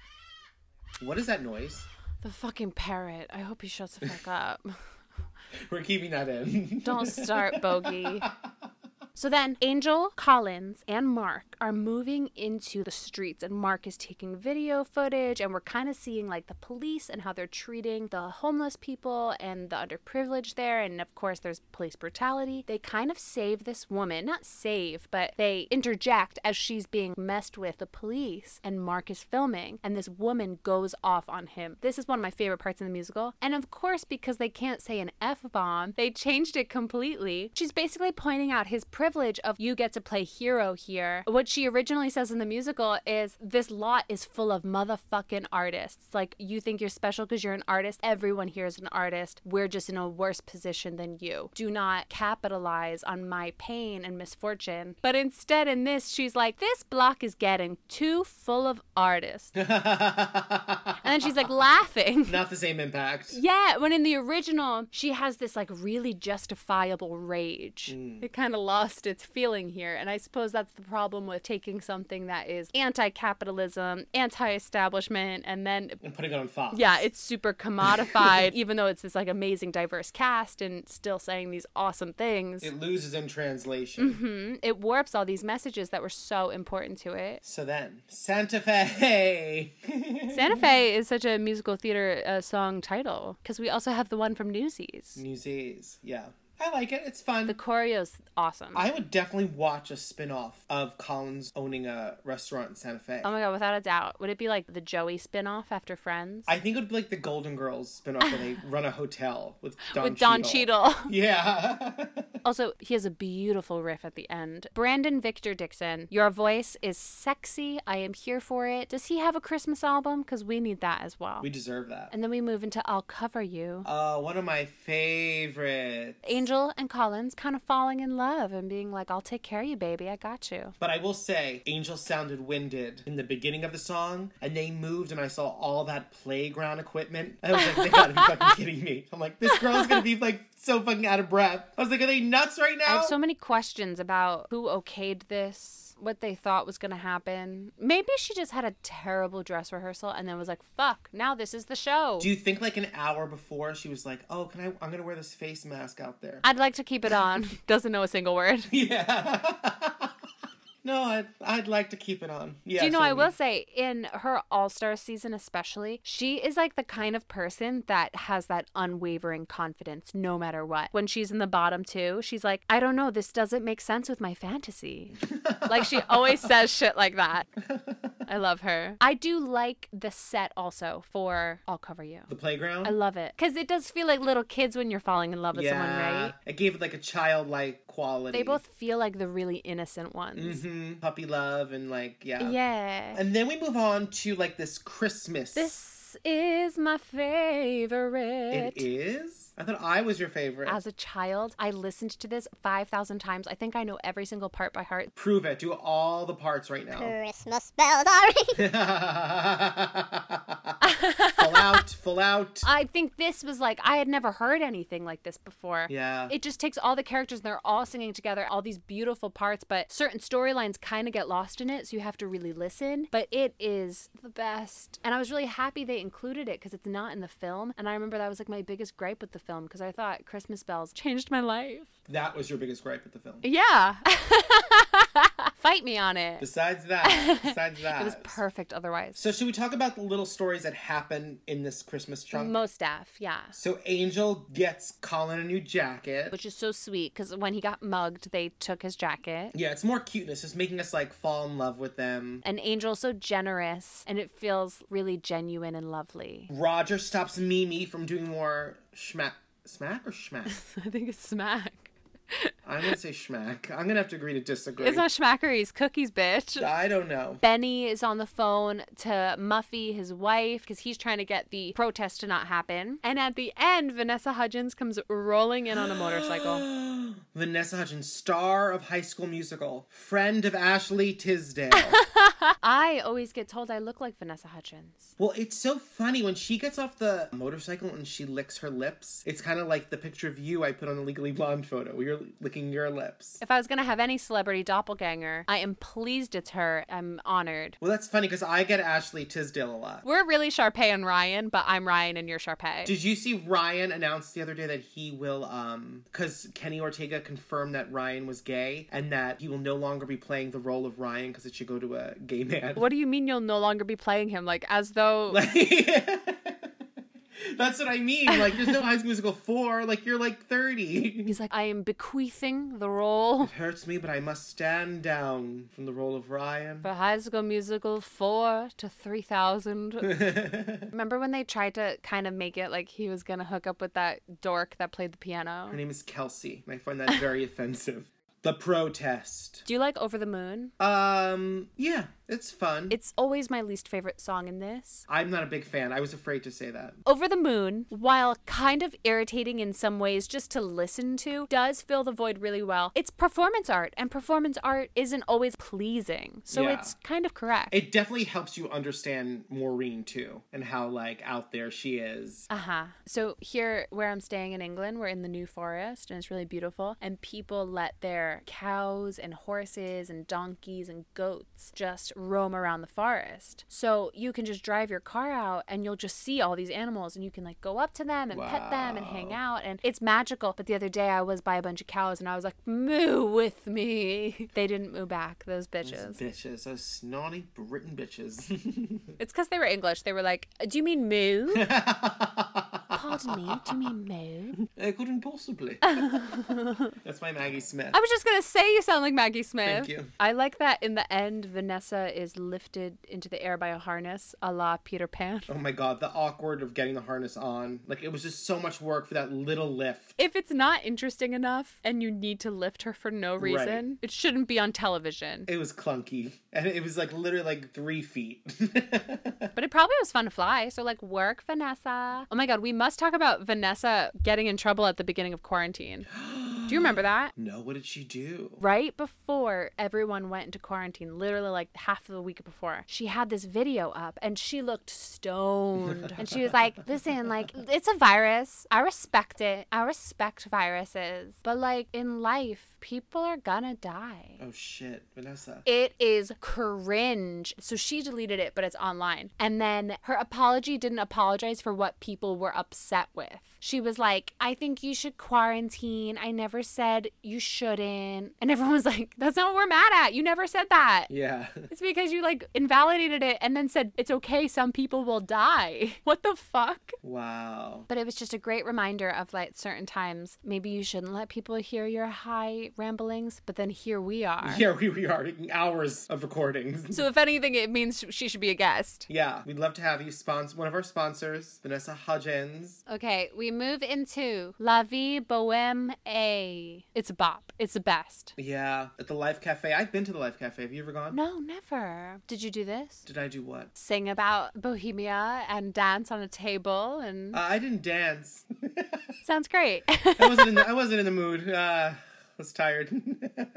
Speaker 1: What is that noise?
Speaker 2: The fucking parrot. I hope he shuts the fuck up. [laughs]
Speaker 1: We're keeping that in.
Speaker 2: Don't start, Bogey. So then Angel, Collins, and Mark are moving into the streets, and Mark is taking video footage, and we're kind of seeing like the police and how they're treating the homeless people and the underprivileged there. And of course, there's police brutality. They kind of save this woman, not save, but they interject as she's being messed with the police, and Mark is filming, and this woman goes off on him. This is one of my favorite parts in the musical. And of course, because they can't say an F bomb, they changed it completely. She's basically pointing out his privilege of you get to play hero here. What she originally says in the musical is this lot is full of motherfucking artists. Like, you think you're special because you're an artist. Everyone here is an artist. We're just in a worse position than you. Do not capitalize on my pain and misfortune. But instead, in this, she's like, this block is getting too full of artists. and then she's like laughing.
Speaker 1: [laughs] Not the same impact.
Speaker 2: Yeah, when in the original, she has this like really justifiable rage. It kind of lost its feeling here. And I suppose that's the problem with taking something that is anti capitalism, anti establishment, and then.
Speaker 1: And putting it on Fox.
Speaker 2: Yeah, it's super commodified, even though it's this like amazing diverse cast and still saying these awesome things.
Speaker 1: It loses in translation.
Speaker 2: Mm-hmm. It warps all these messages that were so important
Speaker 1: [laughs]
Speaker 2: to it.
Speaker 1: So then, Santa Fe. [laughs]
Speaker 2: Santa Fe is such a musical theater uh, song title because we also have the one from
Speaker 1: Mm.
Speaker 2: Newsies.
Speaker 1: Newsies. Yeah. I like it. It's fun.
Speaker 2: The choreo's awesome.
Speaker 1: I would definitely watch a spin off of Collins owning a restaurant in Santa Fe.
Speaker 2: Oh my god, without a doubt. Would it be like the Joey spinoff after Friends?
Speaker 1: I think it would be like the Golden Girls spin off
Speaker 2: [sighs]
Speaker 1: where they run a hotel with Don
Speaker 2: With Don
Speaker 1: Cheadle.
Speaker 2: Cheadle. [laughs]
Speaker 1: Yeah. [laughs]
Speaker 2: also, he has a beautiful riff at the end. Brandon Victor Dixon, your voice is sexy. I am here for it. Does he have a Christmas album? Because we need that as well.
Speaker 1: we deserve that.
Speaker 2: and then we move into I'll Cover You.
Speaker 1: Uh, one of my favorite.
Speaker 2: Angel and Collins kind of falling in love and being like, I'll take care of you, baby. I got you.
Speaker 1: But I will say, Angel sounded winded in the beginning of the song, and they moved, and I saw all that playground equipment. I was like, they gotta be
Speaker 2: [laughs]
Speaker 1: fucking kidding me. I'm like, this girl's gonna be like so fucking out of breath. I was like, are they nuts right
Speaker 2: I
Speaker 1: now?
Speaker 2: have so many questions about who okayed this, what they thought was going to happen. Maybe she just had a terrible dress rehearsal and then was like, fuck, now this is the show.
Speaker 1: Do you think like an hour before she was like, oh, can I? I'm gonna wear this face mask out there.
Speaker 2: I'd like to keep it on. Doesn't know a single word.
Speaker 1: yeah. no, I'd, I'd like to keep it on. Yeah.
Speaker 2: Do you know,
Speaker 1: so
Speaker 2: I will say, in her All Star season, especially, she is like the kind of person that has that unwavering confidence no matter what. When she's in the bottom two, she's like, I don't know, this doesn't make sense with my fantasy. like, she always says shit like that. I love her. I do like the set also for I'll Cover You.
Speaker 1: The playground.
Speaker 2: I love it. Because it does feel like little kids when you're falling in love with someone, right?
Speaker 1: It gave it like a childlike quality.
Speaker 2: They both feel like the really innocent ones.
Speaker 1: hmm puppy love and like yeah.
Speaker 2: Yeah.
Speaker 1: And then we move on to like this Christmas.
Speaker 2: This is my favorite.
Speaker 1: it is. I thought I was your favorite.
Speaker 2: As a child, I listened to this 5,000 times. I think I know every single part by heart.
Speaker 1: Prove it. Do all the parts right now.
Speaker 3: Christmas bells are ringing.
Speaker 1: [laughs] full out. Full out.
Speaker 2: I think this was like, I had never heard anything like this before.
Speaker 1: Yeah.
Speaker 2: It just takes all the characters and they're all singing together, all these beautiful parts, but certain storylines kind of get lost in it, so you have to really listen. But it is the best. And I was really happy they included it because it's not in the film. And I remember that was like my biggest gripe with the film because I thought Christmas Bells changed my life.
Speaker 1: that was your biggest gripe with the film.
Speaker 2: Yeah. [laughs] Fight me on it.
Speaker 1: Besides that. Besides that.
Speaker 2: [laughs] It was perfect otherwise.
Speaker 1: So should we talk about the little stories that happen in this Christmas trunk?
Speaker 2: Most staff, yeah.
Speaker 1: so Angel gets Colin a new jacket.
Speaker 2: Which is so sweet because when he got mugged, they took his jacket.
Speaker 1: yeah, it's more cuteness, just making us like fall in love with them.
Speaker 2: An angel so generous, and it feels really genuine and lovely.
Speaker 1: Roger stops Mimi from doing more schmack. Smack or
Speaker 2: [laughs]
Speaker 1: schmack?
Speaker 2: [laughs] I think it's smack.
Speaker 1: I'm gonna say schmack. I'm gonna have to agree to disagree.
Speaker 2: It's not schmackeries, cookies, bitch.
Speaker 1: I don't know.
Speaker 2: Benny is on the phone to Muffy, his wife, because he's trying to get the protest to not happen. And at the end, Vanessa Hudgens comes rolling in on a motorcycle. [laughs]
Speaker 1: Vanessa Hudgens, star of High School Musical, friend of Ashley Tisdale.
Speaker 2: [gasps] I always get told I look like Vanessa Hutchins.
Speaker 1: Well, it's so funny when she gets off the motorcycle and she licks her lips. It's kind of like the picture of you I put on the Legally Blonde photo. where You're licking your lips.
Speaker 2: If I was going to have any celebrity doppelganger, I am pleased it's her. I'm honored.
Speaker 1: Well, that's funny because I get Ashley Tisdale a lot.
Speaker 2: We're really Sharpay and Ryan, but I'm Ryan and you're Sharpay.
Speaker 1: Did you see Ryan announced the other day that he will, um, because Kenny Ortega confirmed that Ryan was gay and that he will no longer be playing the role of Ryan because it should go to a gay man.
Speaker 2: what do you mean you'll no longer be playing him? Like, as though.
Speaker 1: [laughs] That's what I mean. Like, there's no High School Musical 4. Like, you're like 30.
Speaker 2: He's like, I am bequeathing the role
Speaker 1: It hurts me, but I must stand down from the role of Ryan.
Speaker 2: for High School Musical 4 to 3000. Remember when they tried to kind of make it like he was going to hook up with that dork that played the piano?
Speaker 1: Her name is Kelsey, and I find that very offensive. The protest.
Speaker 2: Do you like Over the Moon?
Speaker 1: Um, yeah, it's fun.
Speaker 2: It's always my least favorite song in this.
Speaker 1: I'm not a big fan. I was afraid to say that.
Speaker 2: Over the Moon, while kind of irritating in some ways just to listen to, does fill the void really well. It's performance art, and performance art isn't always pleasing. So
Speaker 1: Yeah.
Speaker 2: it's kind of correct.
Speaker 1: It definitely helps you understand Maureen too, and how like out there she is.
Speaker 2: Uh huh. So here, where I'm staying in England, we're in the New Forest, and it's really beautiful. And people let their cows and horses and donkeys and goats just roam around the forest. So you can just drive your car out, and you'll just see all these animals, and you can like go up to them and pet them and hang out, and it's magical. But the other day, I was by a bunch of cows, and I was like, "Moo with me." [laughs] They didn't moo back. Those bitches.
Speaker 1: Bitches, those snotty Britain bitches. [laughs]
Speaker 2: It's because they were English. They were like, "Do you mean moo?" Pardon me. Do you mean moo?
Speaker 1: I couldn't possibly. That's my Maggie Smith.
Speaker 2: I was just gonna say you sound like Maggie Smith.
Speaker 1: Thank you.
Speaker 2: I like that in the end, Vanessa is lifted into the air by a harness, a la Peter Pan.
Speaker 1: Oh my god, the awkward of getting the harness on. Like it was just so much work for that little lift.
Speaker 2: If it's not interesting enough and you need to lift her for no reason, it shouldn't be on television.
Speaker 1: It was clunky. And it was like literally like three feet. [laughs]
Speaker 2: But it probably was fun to fly. So, like, work, Vanessa. Oh my God, we must talk about Vanessa getting in trouble at the beginning of quarantine.
Speaker 1: [gasps]
Speaker 2: Do you remember that?
Speaker 1: no, what did she do?
Speaker 2: right before everyone went into quarantine, literally like half of the week before, she had this video up and she looked stoned. and she was like, listen, like, it's a virus. I respect it. I respect viruses. But like in life, people are gonna die.
Speaker 1: Oh shit, Vanessa.
Speaker 2: It is cringe. So she deleted it, but it's online. And then her apology didn't apologize for what people were upset with. She was like, I think you should quarantine. I never said you shouldn't. And everyone was like, that's not what we're mad at. You never said that.
Speaker 1: yeah. [laughs]
Speaker 2: It's because you like invalidated it and then said, it's okay, some people will die. [laughs] What the fuck?
Speaker 1: Wow.
Speaker 2: But it was just a great reminder of like certain times, maybe you shouldn't let people hear your high ramblings, but then here we are.
Speaker 1: Yeah, we, we are hours of recordings.
Speaker 2: So if anything, it means she should be a guest.
Speaker 1: Yeah, we'd love to have you sponsor one of our sponsors, Vanessa Hudgens.
Speaker 2: Okay, we move into La Vie Boheme A. It's a bop. It's the best.
Speaker 1: Yeah, at the Life Cafe. I've been to the Life Cafe. Have you ever gone?
Speaker 2: No, never. Did you do this?
Speaker 1: Did I do what?
Speaker 2: Sing about Bohemia and dance on a table and [gasps]
Speaker 1: Uh, I didn't dance.
Speaker 2: sounds great. [laughs]
Speaker 1: I wasn't. In the, I wasn't in the mood. Uh, I was tired. [laughs]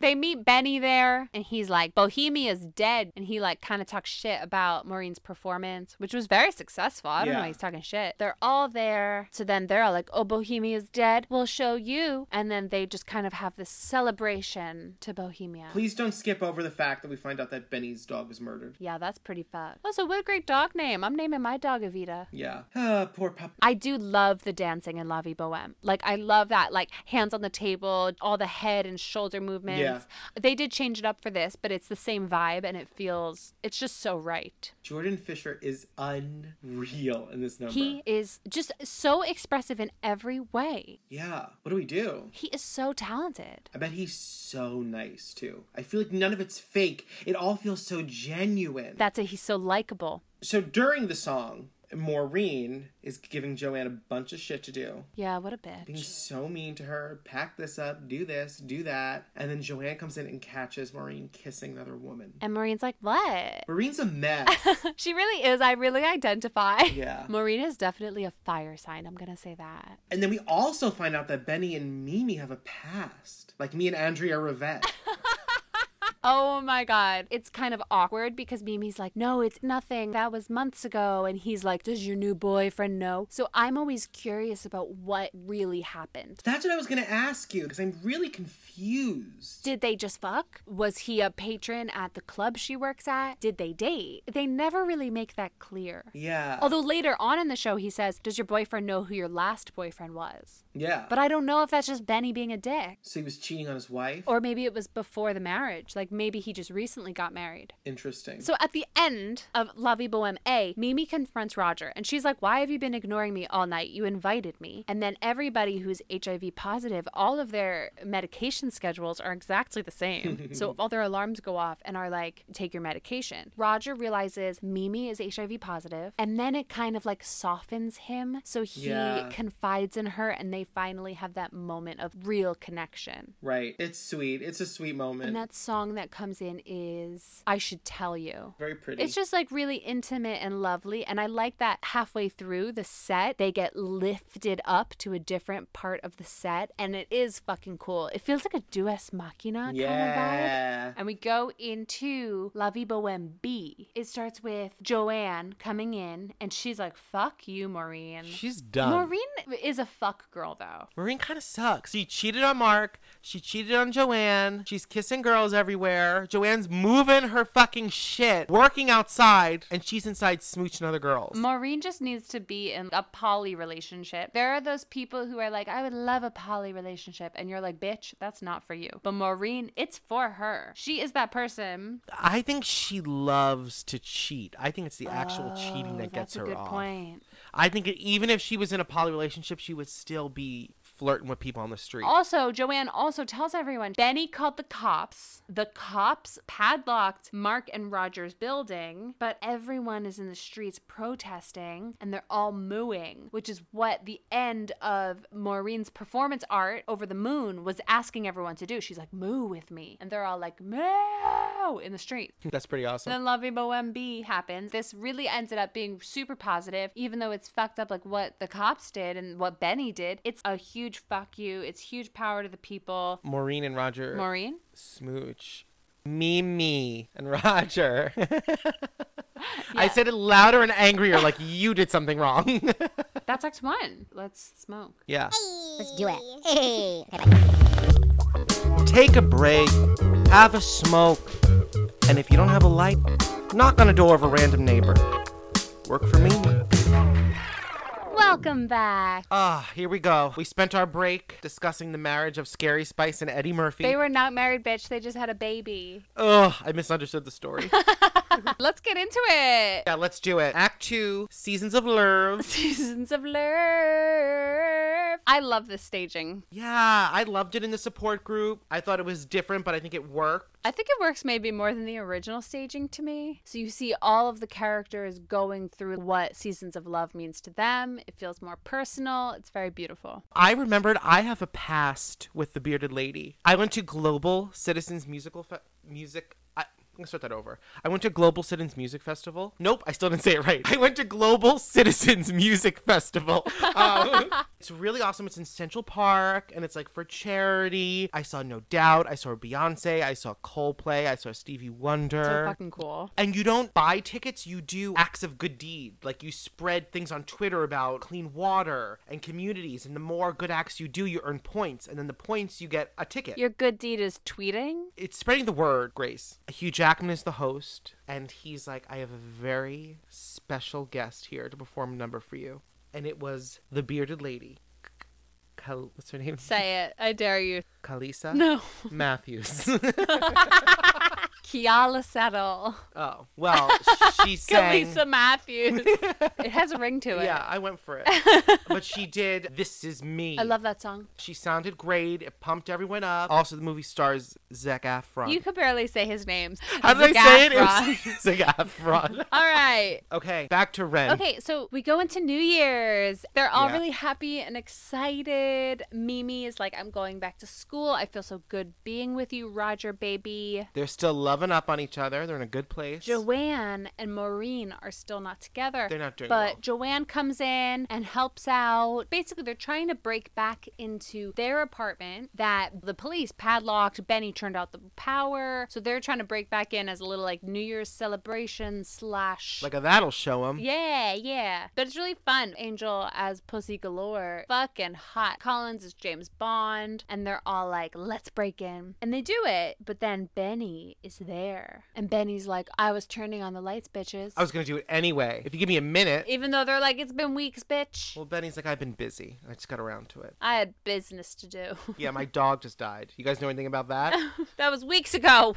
Speaker 2: they meet Benny there and he's like Bohemia's dead and he like kind of talks shit about Maureen's performance, which was very successful. I don't know
Speaker 1: Yeah.
Speaker 2: why he's talking shit. They're all there. So then they're all like, "Oh, Bohemia's dead. We'll show you." And then they just kind of have this celebration to Bohemia.
Speaker 1: Please don't skip over the fact that we find out that Benny's dog was murdered.
Speaker 2: Yeah, that's pretty fucked. Also, what a great dog name. I'm naming my dog Evita.
Speaker 1: Yeah. [sighs] Ah, poor pup.
Speaker 2: I do love the dancing in La Vie Boheme. Like, I love that, like, hands on the table, all the head and shoulder movements. They did change it up for this, but it's the same vibe and it feels, it's just so right.
Speaker 1: Jordan Fisher is unreal in this number.
Speaker 2: He is just so expressive in every way.
Speaker 1: yeah. What do we do?
Speaker 2: He is so talented.
Speaker 1: I bet he's so nice too. I feel like none of it's fake. It all feels so genuine.
Speaker 2: That's it. He's so likable.
Speaker 1: so during the song, Maureen is giving Joanne a bunch of shit to do.
Speaker 2: Yeah, what a
Speaker 1: Being
Speaker 2: bitch.
Speaker 1: so mean to her, pack this up, do this, do that. And then Joanne comes in and catches Maureen kissing another woman.
Speaker 2: And Maureen's like, what? [laughs]
Speaker 1: Maureen's a mess.
Speaker 2: She really is. I really identify.
Speaker 1: Yeah.
Speaker 2: [laughs] Maureen is definitely a fire sign. I'm going to say that.
Speaker 1: and then we also
Speaker 2: [laughs]
Speaker 1: find out that Benny and Mimi have a past. Like me and Andrea Rivette.
Speaker 2: Oh my God. It's kind of awkward because Mimi's like, no, it's nothing. That was months ago. And he's like, does your new boyfriend know? So I'm always curious about what really happened.
Speaker 5: That's what I was gonna ask you because I'm really confused.
Speaker 2: Did they just fuck? Was he a patron at the club she works at? Did they date? They never really make that clear.
Speaker 5: Yeah.
Speaker 2: Although later on in the show, he says, Does your boyfriend know who your last boyfriend was?
Speaker 5: yeah.
Speaker 2: But I don't know if that's just Benny being a dick.
Speaker 5: so he was cheating on his wife.
Speaker 2: Or maybe it was before the marriage. Like maybe he just recently got married.
Speaker 5: Interesting.
Speaker 2: So at the end of La Vie Boheme A, Mimi confronts Roger and she's like, Why have you been ignoring me all night? You invited me. And then everybody who's HIV positive, all of their medication schedules are exactly the same. so all their alarms go off and are like, Take your medication. Roger realizes Mimi is HIV positive and then it kind of like softens him. So he
Speaker 5: Yeah.
Speaker 2: confides in her and they finally have that moment of real connection.
Speaker 5: right. It's sweet. It's a sweet moment.
Speaker 2: And that song that comes in is I Should Tell You.
Speaker 5: Very pretty.
Speaker 2: It's just like really intimate and lovely. And I like that halfway through the set, they get lifted up to a different part of the set. And it is fucking cool. It feels like a Dues Machina kind of vibe.
Speaker 5: yeah.
Speaker 2: And we go into La Vie Boheme B. It starts with Joanne coming in, and she's like, fuck you, Maureen.
Speaker 1: She's done. Maureen,
Speaker 2: Maureen is a fuck girl, though.
Speaker 1: kind of sucks. She cheated on Mark. She cheated on Joanne. She's kissing girls everywhere. Joanne's moving her fucking shit, working outside, and she's inside smooching other girls.
Speaker 2: Maureen just needs to be in a poly relationship. There are those people who are like, I would love a poly relationship. And you're like, bitch, that's not for you. But Maureen, it's for her. She is that person.
Speaker 1: I think she loves to cheat. I think it's the actual cheating that gets
Speaker 2: Oh, that's a
Speaker 1: her
Speaker 2: good
Speaker 1: off.
Speaker 2: point.
Speaker 1: I think it, even if she was in a poly relationship, she would still be flirting with people on the street.
Speaker 2: Also, Joanne also tells everyone Benny called the cops. The cops padlocked Mark and Roger's building, but everyone is in the streets protesting and they're all mooing, which is what the end of Maureen's performance art over the moon was asking everyone to do. She's like, moo with me. And they're all like, moo in the street.
Speaker 1: That's pretty awesome.
Speaker 2: Then Lovey OMB happens. This really ended up being super positive, even though it's fucked up like what the cops did and what Benny did. It's a huge fuck you. It's huge power to the people.
Speaker 1: Maureen and Roger
Speaker 2: Maureen?
Speaker 1: smooch. Mimi and [laughs] Roger. I
Speaker 2: Yeah.
Speaker 1: said it louder and angrier, like you did something wrong. [laughs]
Speaker 2: That's Act One. Let's smoke.
Speaker 1: yeah.
Speaker 3: Let's do it. [laughs] Hey. Bye-bye.
Speaker 1: Take a break, have a smoke, and if you don't have a light, knock on a door of a random neighbor. Work for me.
Speaker 2: Welcome back.
Speaker 1: Ah, here we go. We spent our break discussing the marriage of Scary Spice and Eddie Murphy.
Speaker 2: They were not married, bitch. They just had a baby.
Speaker 1: Ugh, I misunderstood the story.
Speaker 2: [laughs] Let's get into it.
Speaker 1: yeah, let's do it. Act two, Seasons of Love.
Speaker 2: Seasons of Love. I love this staging.
Speaker 1: Yeah, I loved it in the support group. I thought it was different, but I think it worked.
Speaker 2: I think it works maybe more than the original staging to me. So you see all of the characters going through what Seasons of Love means to them. It feels more personal. It's very beautiful.
Speaker 1: I remembered I have a past with the bearded lady. I went to Global Citizens Musical Fe- Music. I- I'm gonna start that over. I went to Global Citizens Music Festival. Nope, I still didn't say it right. I went to Global Citizens Music Festival. Um, it's really awesome. It's in Central Park and it's like for charity. I saw No Doubt. I saw Beyonce. I saw Coldplay. I saw Stevie Wonder.
Speaker 2: So fucking cool.
Speaker 1: And you don't buy tickets, you do acts of good deed. Like you spread things on Twitter about clean water and communities. And the more good acts you do, you earn points. And then the points, you get a ticket.
Speaker 2: Your good deed is tweeting.
Speaker 1: it's spreading the word, Grace. Hugh Jackman is the host. And he's like, I have a very special guest here to perform a number for you. And it was the bearded lady. Kal- what's her name?
Speaker 2: Say it. I
Speaker 1: [laughs]
Speaker 2: dare you.
Speaker 1: Kalisa?
Speaker 2: No. [laughs]
Speaker 1: Matthews. [laughs]
Speaker 2: Kiala Settle.
Speaker 1: oh, well, she sang. [laughs]
Speaker 2: Kalisa Matthews. it has a ring to it.
Speaker 1: Yeah, I went for
Speaker 2: [laughs]
Speaker 1: it. but she did This Is Me.
Speaker 2: I love that song.
Speaker 1: She sounded great. It pumped everyone up. Also, the movie stars Zac Efron.
Speaker 2: You could barely say his name.
Speaker 1: How did
Speaker 2: Zac
Speaker 1: I say it? it? [laughs]
Speaker 2: Efron.
Speaker 1: was Zac Efron.
Speaker 2: All right.
Speaker 1: [laughs] okay, back to Ren.
Speaker 2: Okay, so we go into New Year's. They're all
Speaker 1: Yeah.
Speaker 2: really happy and excited. Mimi is like, I'm going back to school. I feel so good being with you, Roger, baby.
Speaker 1: They're still loving loving up on each other. They're in a good place.
Speaker 2: Joanne and Maureen are still not together.
Speaker 1: They're not doing
Speaker 2: But
Speaker 1: well.
Speaker 2: Joanne comes in and helps out. Basically, they're trying to break back into their apartment that the police padlocked. Benny turned out the power, so they're trying to break back in as a little like New Year's celebration slash.
Speaker 1: like a that'll show them.
Speaker 2: yeah, yeah. But it's really fun. Angel as Pussy Galore. Fucking hot. Collins is James Bond. And they're all like, let's break in. And they do it. But then Benny is there. And Benny's like, I was turning on the lights, bitches.
Speaker 1: I was gonna do it anyway. If you give me a minute.
Speaker 2: Even though they're like, it's been weeks, bitch.
Speaker 1: Well, Benny's like, I've been busy. I just got around to it.
Speaker 2: I had business to do. [laughs]
Speaker 1: Yeah, my dog just died. You guys know anything about that?
Speaker 2: that was
Speaker 1: [laughs]
Speaker 2: weeks ago.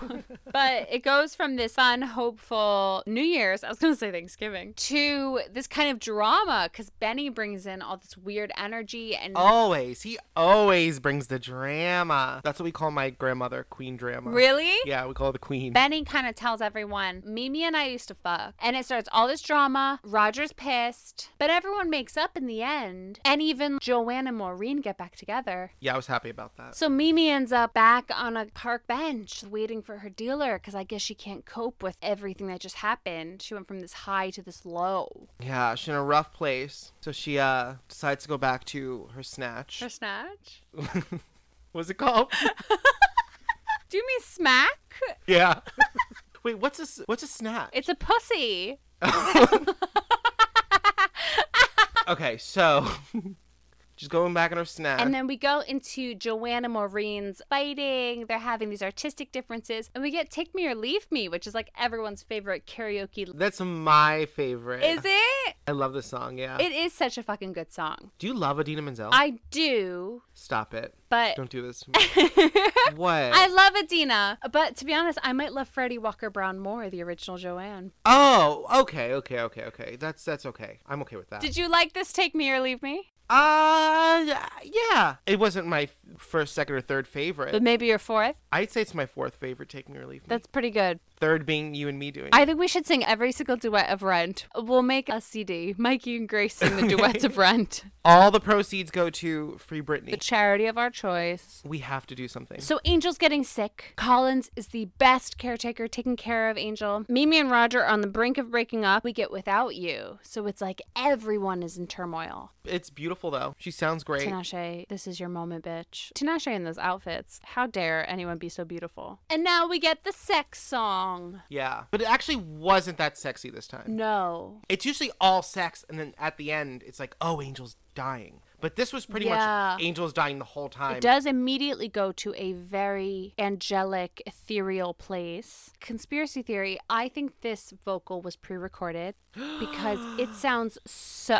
Speaker 2: but it goes from this fun, hopeful New Year's, I was going to say Thanksgiving, to this kind of drama because Benny brings in all this weird energy and
Speaker 1: Oh, always. He always brings the drama. That's what we call my grandmother, Queen Drama.
Speaker 2: really.
Speaker 1: Yeah, we call her the Queen.
Speaker 2: Benny kind of tells everyone, Mimi and I used to fuck. And it starts all this drama. Roger's pissed, but everyone makes up in the end. And even Joanne and Maureen get back together.
Speaker 1: yeah, I was happy about that.
Speaker 2: So Mimi ends up back on a park bench waiting for her dealer because I guess she can't cope with everything that just happened. She went from this high to this low.
Speaker 1: Yeah, she's in a rough place. So she uh decides to go back to her snatch.
Speaker 2: Her snatch?
Speaker 1: What's it [laughs] called?
Speaker 2: Do you mean smack?
Speaker 1: yeah. [laughs] Wait, what's a s- what's a snatch?
Speaker 2: It's a pussy.
Speaker 1: okay, so [laughs] she's going back on her snatch.
Speaker 2: And then we go into Joanna Maureen's fighting. They're having these artistic differences. And we get Take Me or Leave Me, which is like everyone's favorite karaoke.
Speaker 1: That's my favorite.
Speaker 2: Is it?
Speaker 1: I love this song. Yeah.
Speaker 2: It is such a fucking good song.
Speaker 1: do you love Adina Menzel?
Speaker 2: I do,
Speaker 1: Stop it.
Speaker 2: but
Speaker 1: Oh. Don't do this. to
Speaker 2: [laughs]
Speaker 1: me. what?
Speaker 2: I love Adina. But to be honest, I might love Freddie Walker Brown more, the original Joanne.
Speaker 1: Oh, okay, okay, okay, okay. That's that's okay. I'm okay with that.
Speaker 2: Did you like this Take Me or Leave Me?
Speaker 1: uh, yeah. It wasn't my f- first, second, or third favorite.
Speaker 2: But maybe your fourth?
Speaker 1: I'd say it's my fourth favorite. Take me or leave me.
Speaker 2: That's pretty good.
Speaker 1: third being you and me doing.
Speaker 2: I think we should sing every single duet of Rent. We'll make a CD. Mikey and Grace
Speaker 1: [laughs]
Speaker 2: sing the duets of Rent,
Speaker 1: All the proceeds go to Free Britney.
Speaker 2: the charity of our choice.
Speaker 1: we have to do something.
Speaker 2: So Angel's getting sick. Collins is the best caretaker taking care of Angel. Mimi and Roger are on the brink of breaking up. We get without you. So it's like everyone is in turmoil.
Speaker 1: it's beautiful though. She sounds great.
Speaker 2: Tinashe, this is your moment, bitch. Tinashe in those outfits. How dare anyone be so beautiful? And now we get the sex song.
Speaker 1: Yeah, but it actually wasn't that sexy this
Speaker 2: Mm.
Speaker 1: time.
Speaker 2: No.
Speaker 1: It's usually all sex, and then at the end, it's like, oh, Angel's dying. But this was pretty
Speaker 2: Yeah.
Speaker 1: much Angel's dying the whole time.
Speaker 2: It does immediately go to a very angelic, ethereal place. Conspiracy theory, I think this vocal was pre recorded because it sounds so.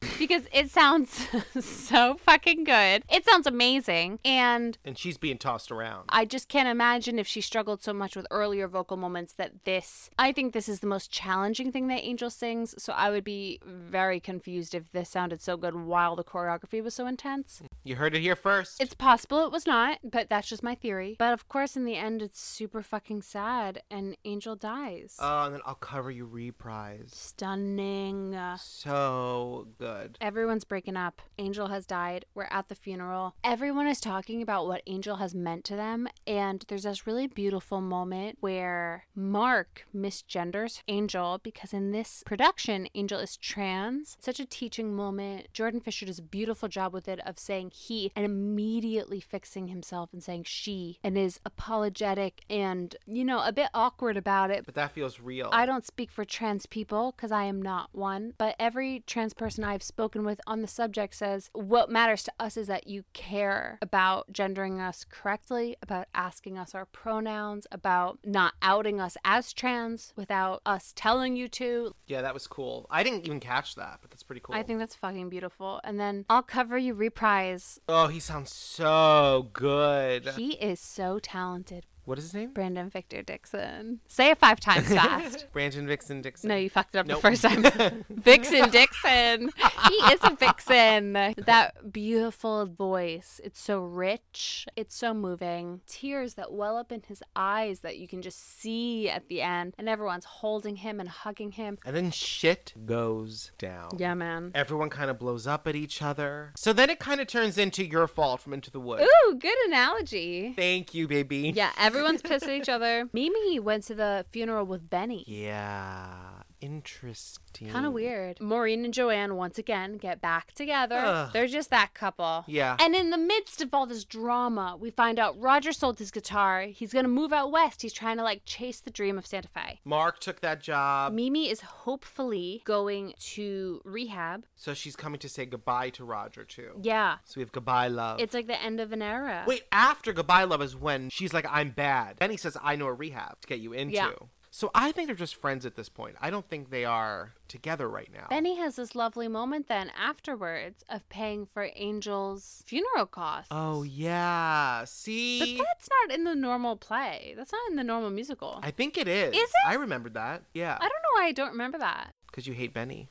Speaker 2: [laughs] Because it sounds [laughs] so fucking good. It sounds amazing. And
Speaker 1: and she's being tossed around.
Speaker 2: I just can't imagine if she struggled so much with earlier vocal moments that this, I think this is the most challenging thing that Angel sings. So I would be very confused if this sounded so good while the choreography was so intense.
Speaker 1: You heard it here first.
Speaker 2: It's possible it was not, but that's just my theory. But of course, in the end, it's super fucking sad and Angel dies.
Speaker 1: Oh, and then I'll cover you reprise.
Speaker 2: Stunning.
Speaker 1: So good.
Speaker 2: Everyone's breaking up. Angel has died. We're at the funeral. Everyone is talking about what Angel has meant to them. And there's this really beautiful moment where Mark misgenders Angel because in this production, Angel is trans. Such a teaching moment. Jordan Fisher does a beautiful job with it of saying he and immediately fixing himself and saying she and is apologetic and, you know, a bit awkward about it.
Speaker 1: But that feels real.
Speaker 2: I don't speak for trans people because I am not one, but every trans person I've spoken with on the subject says what matters to us is that you care about gendering us correctly, about asking us our pronouns, about not outing us as trans without us telling you to.
Speaker 1: Yeah, that was cool. I didn't even catch that, but that's pretty cool.
Speaker 2: I think that's fucking beautiful. And then I'll cover you reprise.
Speaker 1: Oh, he sounds so good.
Speaker 2: He is so talented.
Speaker 1: What is his name?
Speaker 2: Brandon Victor Dixon. Say it five times fast.
Speaker 1: Brandon Vixen Dixon.
Speaker 2: No, you fucked it up
Speaker 1: Nope.
Speaker 2: the
Speaker 1: [laughs]
Speaker 2: first time. vixen Dixon. He is a vixen. That beautiful voice. It's so rich. It's so moving. Tears that well up in his eyes that you can just see at the end. And everyone's holding him and hugging him.
Speaker 1: And then shit goes down.
Speaker 2: Yeah, man.
Speaker 1: Everyone kind of blows up at each other. So then it kind of turns into your fault from Into the Woods.
Speaker 2: Ooh, good analogy.
Speaker 1: Thank you, baby.
Speaker 2: Yeah, Everyone's pissed at each other. Mimi went to the funeral with Benny.
Speaker 1: Yeah. Interesting.
Speaker 2: Kind of weird. Maureen and Joanne once again get back together.
Speaker 1: Ugh.
Speaker 2: They're just that couple.
Speaker 1: Yeah.
Speaker 2: And in the midst of all this drama, we find out Roger sold his guitar. He's going to move out west. He's trying to like chase the dream of Santa Fe.
Speaker 1: Mark took that job,
Speaker 2: Mimi is hopefully going to rehab.
Speaker 1: so she's coming to say goodbye to Roger too.
Speaker 2: Yeah.
Speaker 1: So we have goodbye love.
Speaker 2: It's like the end of an era.
Speaker 1: Wait, after goodbye love is when she's like, I'm bad. Then he says, I know a rehab to get you into.
Speaker 2: Yeah.
Speaker 1: So I think they're just friends at this point. I don't think they are together right now.
Speaker 2: Benny has this lovely moment then afterwards of paying for Angel's funeral costs.
Speaker 1: Oh yeah.
Speaker 2: But
Speaker 1: See
Speaker 2: that's not in the normal play. That's not in the normal musical.
Speaker 1: I think it is.
Speaker 2: Is it?
Speaker 1: I remembered that. Yeah.
Speaker 2: I don't know why I don't remember that.
Speaker 1: Because you hate Benny.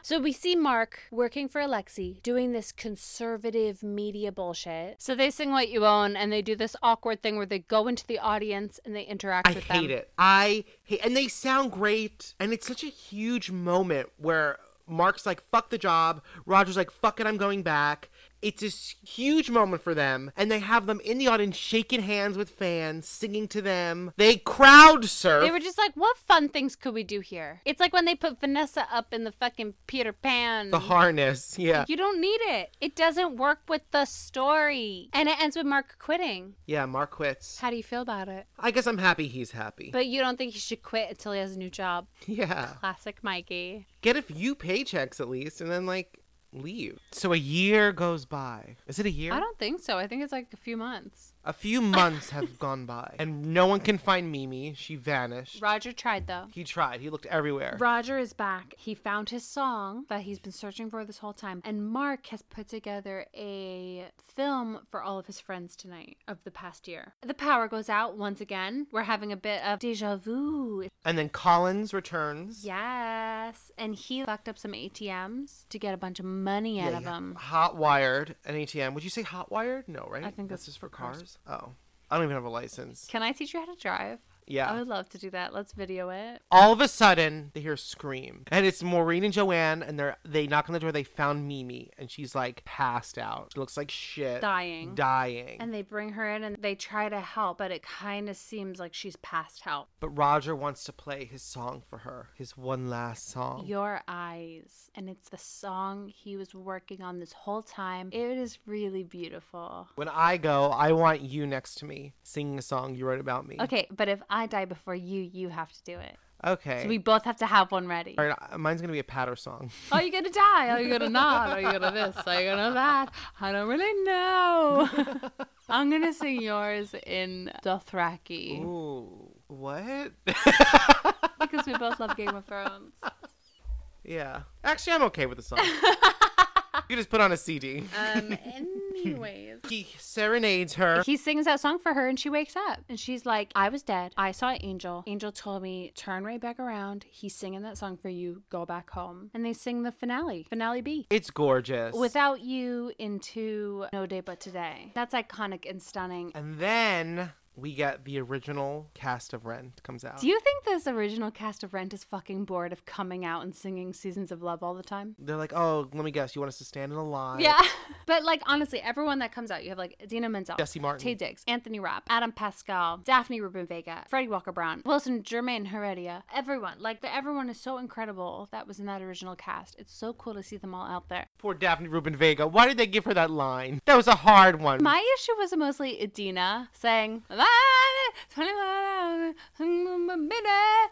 Speaker 2: So we see Mark working for Alexi, doing this conservative media bullshit. So they sing What You Own, and they do this awkward thing where they go into the audience and they interact
Speaker 1: I
Speaker 2: with them.
Speaker 1: hate it. I hate and they sound great. And it's such a huge moment where Mark's like, fuck the job. Roger's like, fuck it, I'm going back. It's this huge moment for them, and they have them in the audience shaking hands with fans, singing to them. They crowd surf.
Speaker 2: They were just like, what fun things could we do here? It's like when they put Vanessa up in the fucking Peter Pan.
Speaker 1: the harness. Yeah.
Speaker 2: You don't need it. It doesn't work with the story. And it ends with Mark quitting.
Speaker 1: Yeah, Mark quits.
Speaker 2: How do you feel about it?
Speaker 1: I guess I'm happy he's happy.
Speaker 2: But you don't think he should quit until he has a new job.
Speaker 1: [laughs] yeah.
Speaker 2: Classic Mikey.
Speaker 1: Get a few paychecks at least and then like leave. So a year goes by. Is it a year?
Speaker 2: I don't think so. I think it's like a few months.
Speaker 1: A few months
Speaker 2: [laughs]
Speaker 1: have gone by, and no one can find Mimi. She vanished.
Speaker 2: Roger tried though.
Speaker 1: He tried. He looked everywhere.
Speaker 2: Roger is back. He found his song that he's been searching for this whole time. And Mark has put together a film for all of his friends tonight of the past year. The power goes out once again. We're having a bit of deja vu.
Speaker 1: And then Collins returns.
Speaker 2: Yes. And he fucked up some ATMs to get a bunch of money out of them.
Speaker 1: Hot wired an ATM. Would you say hot wired? No, right?
Speaker 2: I think that's
Speaker 1: just for cars. Oh, I don't even have a license.
Speaker 2: Can I teach you how to drive?
Speaker 1: Yeah.
Speaker 2: I would love to do that. Let's video it.
Speaker 1: All of a sudden, they hear a scream, and it's Maureen and Joanne, and they're they knock on the door. They found Mimi, and she's like passed out. She looks like shit,
Speaker 2: Dying.
Speaker 1: dying.
Speaker 2: And they bring her in and they try to help, but it kind of seems like she's past help.
Speaker 1: but Roger wants to play his song for her, his one last song.
Speaker 2: Your Eyes. And it's the song he was working on this whole time. It is really beautiful.
Speaker 1: When I go, I want you next to me singing a song you wrote about me.
Speaker 2: Okay, but if I die before you, you have to do it.
Speaker 1: Okay.
Speaker 2: So we both have to have one ready.
Speaker 1: All right, uh, mine's gonna be a patter song.
Speaker 2: Are you gonna die? Are you gonna not? Are you gonna this? Are you gonna that? I don't
Speaker 1: [laughs]
Speaker 2: really know. I'm gonna sing yours in Dothraki.
Speaker 1: Ooh, what? [laughs]
Speaker 2: because we both love Game of Thrones.
Speaker 1: yeah. Actually, I'm okay with the
Speaker 2: [laughs]
Speaker 1: song. you just put on a CD.
Speaker 2: Um, anyways.
Speaker 1: He serenades her.
Speaker 2: He sings that song for her and she wakes up and she's like, I was dead. I saw Angel. Angel told me, turn right back around. He's singing that song for you. Go back home. And they sing the finale, finale B.
Speaker 1: It's gorgeous.
Speaker 2: Without you into No Day But Today. That's iconic and stunning.
Speaker 1: and then we get the original cast of Rent comes out.
Speaker 2: Do you think this original cast of Rent is fucking bored of coming out and singing Seasons of Love all the time?
Speaker 1: They're like, oh, let me guess, you want us to stand in a line?
Speaker 2: Yeah. [laughs] But like honestly, everyone that comes out, you have like Dina Menzel,
Speaker 1: Jesse Martin.
Speaker 2: Tay Diggs, Anthony Rapp, Adam Pascal, Daphne Rubin Vega, Freddie Walker Brown, Wilson Jermaine Heredia. Everyone, like the, everyone is so incredible that was in that original cast. It's so cool to see them all out there.
Speaker 1: Poor Daphne Rubin Vega. Why did they give her that line? That was a hard one.
Speaker 2: My issue was mostly Adina saying, [laughs] "Why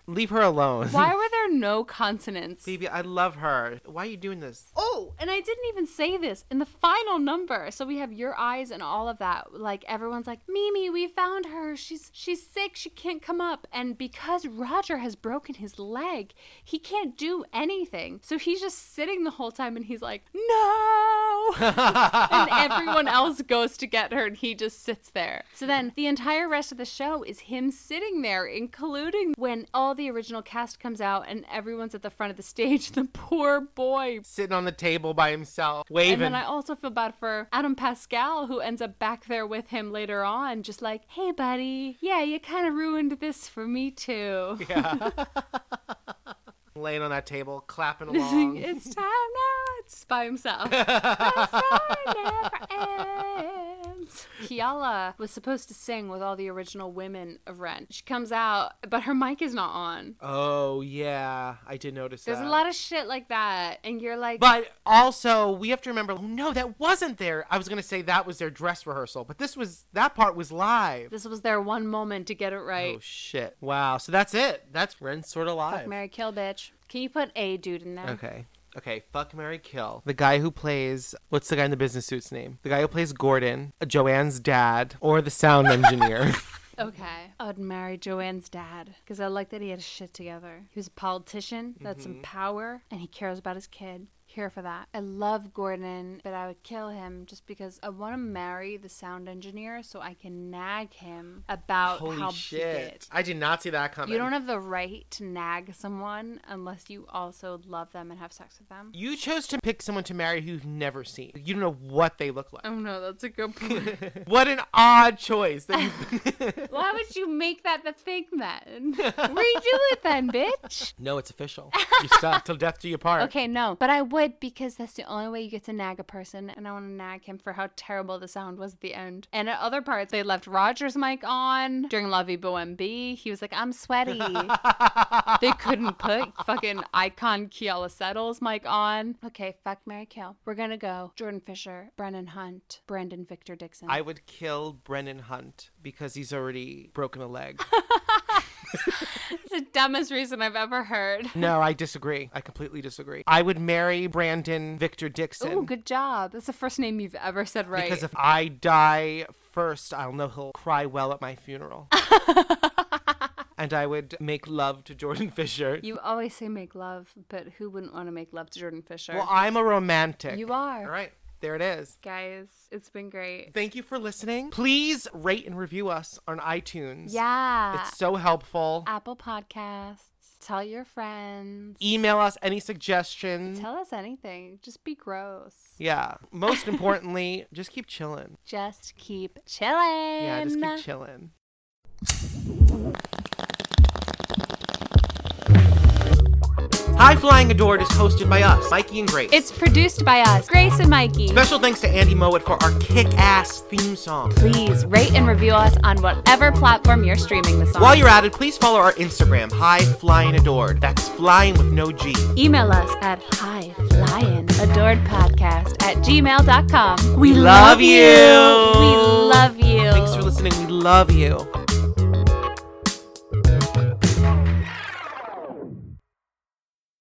Speaker 1: Leave her alone. [laughs]
Speaker 2: were there no consonants?
Speaker 1: Baby, I love her. Why are you doing this?
Speaker 2: Oh, and I didn't even say this in the final number. So we have your eyes and all of that. Like everyone's like, "Mimi, we found her. She's she's sick. She can't come up." And because Roger has broken his leg, he can't do anything. So he's just sitting the whole time and he's like, "No!" and everyone else goes to get her and he just sits there. So then the entire rest of the show is him sitting there, including when all the original cast comes out and everyone's at the front of the stage. [laughs] The poor boy
Speaker 1: sitting on the table by himself, waving.
Speaker 2: and
Speaker 1: [laughs]
Speaker 2: then I [laughs] also feel bad for Adam Pascal, who ends up back there with him later on, just like, hey, buddy, yeah, you kind of ruined this for me, too.
Speaker 1: laying on that table, clapping along.
Speaker 2: [laughs] it's
Speaker 1: [laughs]
Speaker 2: time now. It's by himself. The story never ends. Kiala was supposed to sing with all the original women of Rent. She comes out, but her mic is not on.
Speaker 1: Oh yeah, I did notice
Speaker 2: There's
Speaker 1: that.
Speaker 2: a lot of shit like that, and you're like,
Speaker 1: But also, we have to remember. Oh no, that wasn't there. I was gonna say that was their dress rehearsal, but this was that part was live.
Speaker 2: this was their one moment to get it right.
Speaker 1: Oh shit! Wow. So that's it. That's Ren's sort of live.
Speaker 2: Fuck Mary Kill, bitch. Can you put a dude in there?
Speaker 1: Okay. Okay, fuck Mary Kill. The guy who plays what's the guy in the business suit's name? The guy who plays Gordon, Joanne's dad, or the sound engineer.
Speaker 2: Okay. I'd marry Joanne's dad because I like that he had his shit together. He was a politician, that's
Speaker 1: Mm-hmm.
Speaker 2: some power, and he cares about his kid. Here for that. I love Gordon, but I would kill him just because I want to marry the sound engineer so I can nag him about
Speaker 1: [laughs]
Speaker 2: how
Speaker 1: Holy
Speaker 2: he did.
Speaker 1: shit. I did not see that coming.
Speaker 2: You don't have the right to nag someone unless you also love them and have sex with them.
Speaker 1: You chose to pick someone to marry who you've never seen. You don't know what they look like.
Speaker 2: Oh no, that's a good point.
Speaker 1: [laughs] What an odd choice. That you...
Speaker 2: [laughs] Why would you make that the thing
Speaker 1: [laughs]
Speaker 2: then? Redo it then, bitch.
Speaker 1: no, it's
Speaker 2: [laughs]
Speaker 1: official. You're stuck till death do you part.
Speaker 2: Okay, no, but I would because that's the only way you get to nag a person, and I want to nag him for how terrible the sound was at the end. And at other parts, they left Roger's mic on during Lovey B. He was like, "I'm
Speaker 1: [laughs]
Speaker 2: sweaty." they couldn't put fucking icon Kiala Settles mic on. Okay, fuck Mary Kill. We're gonna go Jordan Fisher, Brennan Hunt, Brandon Victor Dixon.
Speaker 1: I would kill Brennan Hunt because he's already broken a
Speaker 2: [laughs]
Speaker 1: leg.
Speaker 2: It's the dumbest reason I've ever heard.
Speaker 1: no, I disagree. I completely disagree. I would marry Brandon Victor Dixon.
Speaker 2: Ooh, good job. That's the first name you've ever said right.
Speaker 1: Because if I die first, I'll know he'll cry well at my
Speaker 2: [laughs]
Speaker 1: funeral. and I would make love to Jordan [laughs] Fisher.
Speaker 2: You always say make love, but who wouldn't want to make love to Jordan Fisher?
Speaker 1: well, I'm a romantic.
Speaker 2: You are.
Speaker 1: All right. There it is.
Speaker 2: Guys, it's been great.
Speaker 1: Thank you for listening. Please rate and review us on iTunes.
Speaker 2: Yeah.
Speaker 1: It's so helpful.
Speaker 2: Apple Podcasts. Tell your friends.
Speaker 1: Email us any suggestions.
Speaker 2: Tell us anything. Just be gross.
Speaker 1: yeah. Most importantly, [laughs] just keep chilling.
Speaker 2: Just keep chilling.
Speaker 1: Yeah, just
Speaker 2: uh,
Speaker 1: keep chilling. High Flying Adored is hosted by us, Mikey and Grace.
Speaker 2: It's produced by us, Grace and Mikey.
Speaker 1: Special thanks to Andy Mowat for our kick-ass theme song.
Speaker 2: Please rate and review us on whatever platform you're streaming this on.
Speaker 1: While you're at it, please follow our Instagram, High Flying Adored. That's flying with no G.
Speaker 2: Email us at highflyinadoredpodcast at gmail.com. We
Speaker 1: love you.
Speaker 2: We love you.
Speaker 1: Thanks for listening. We love you.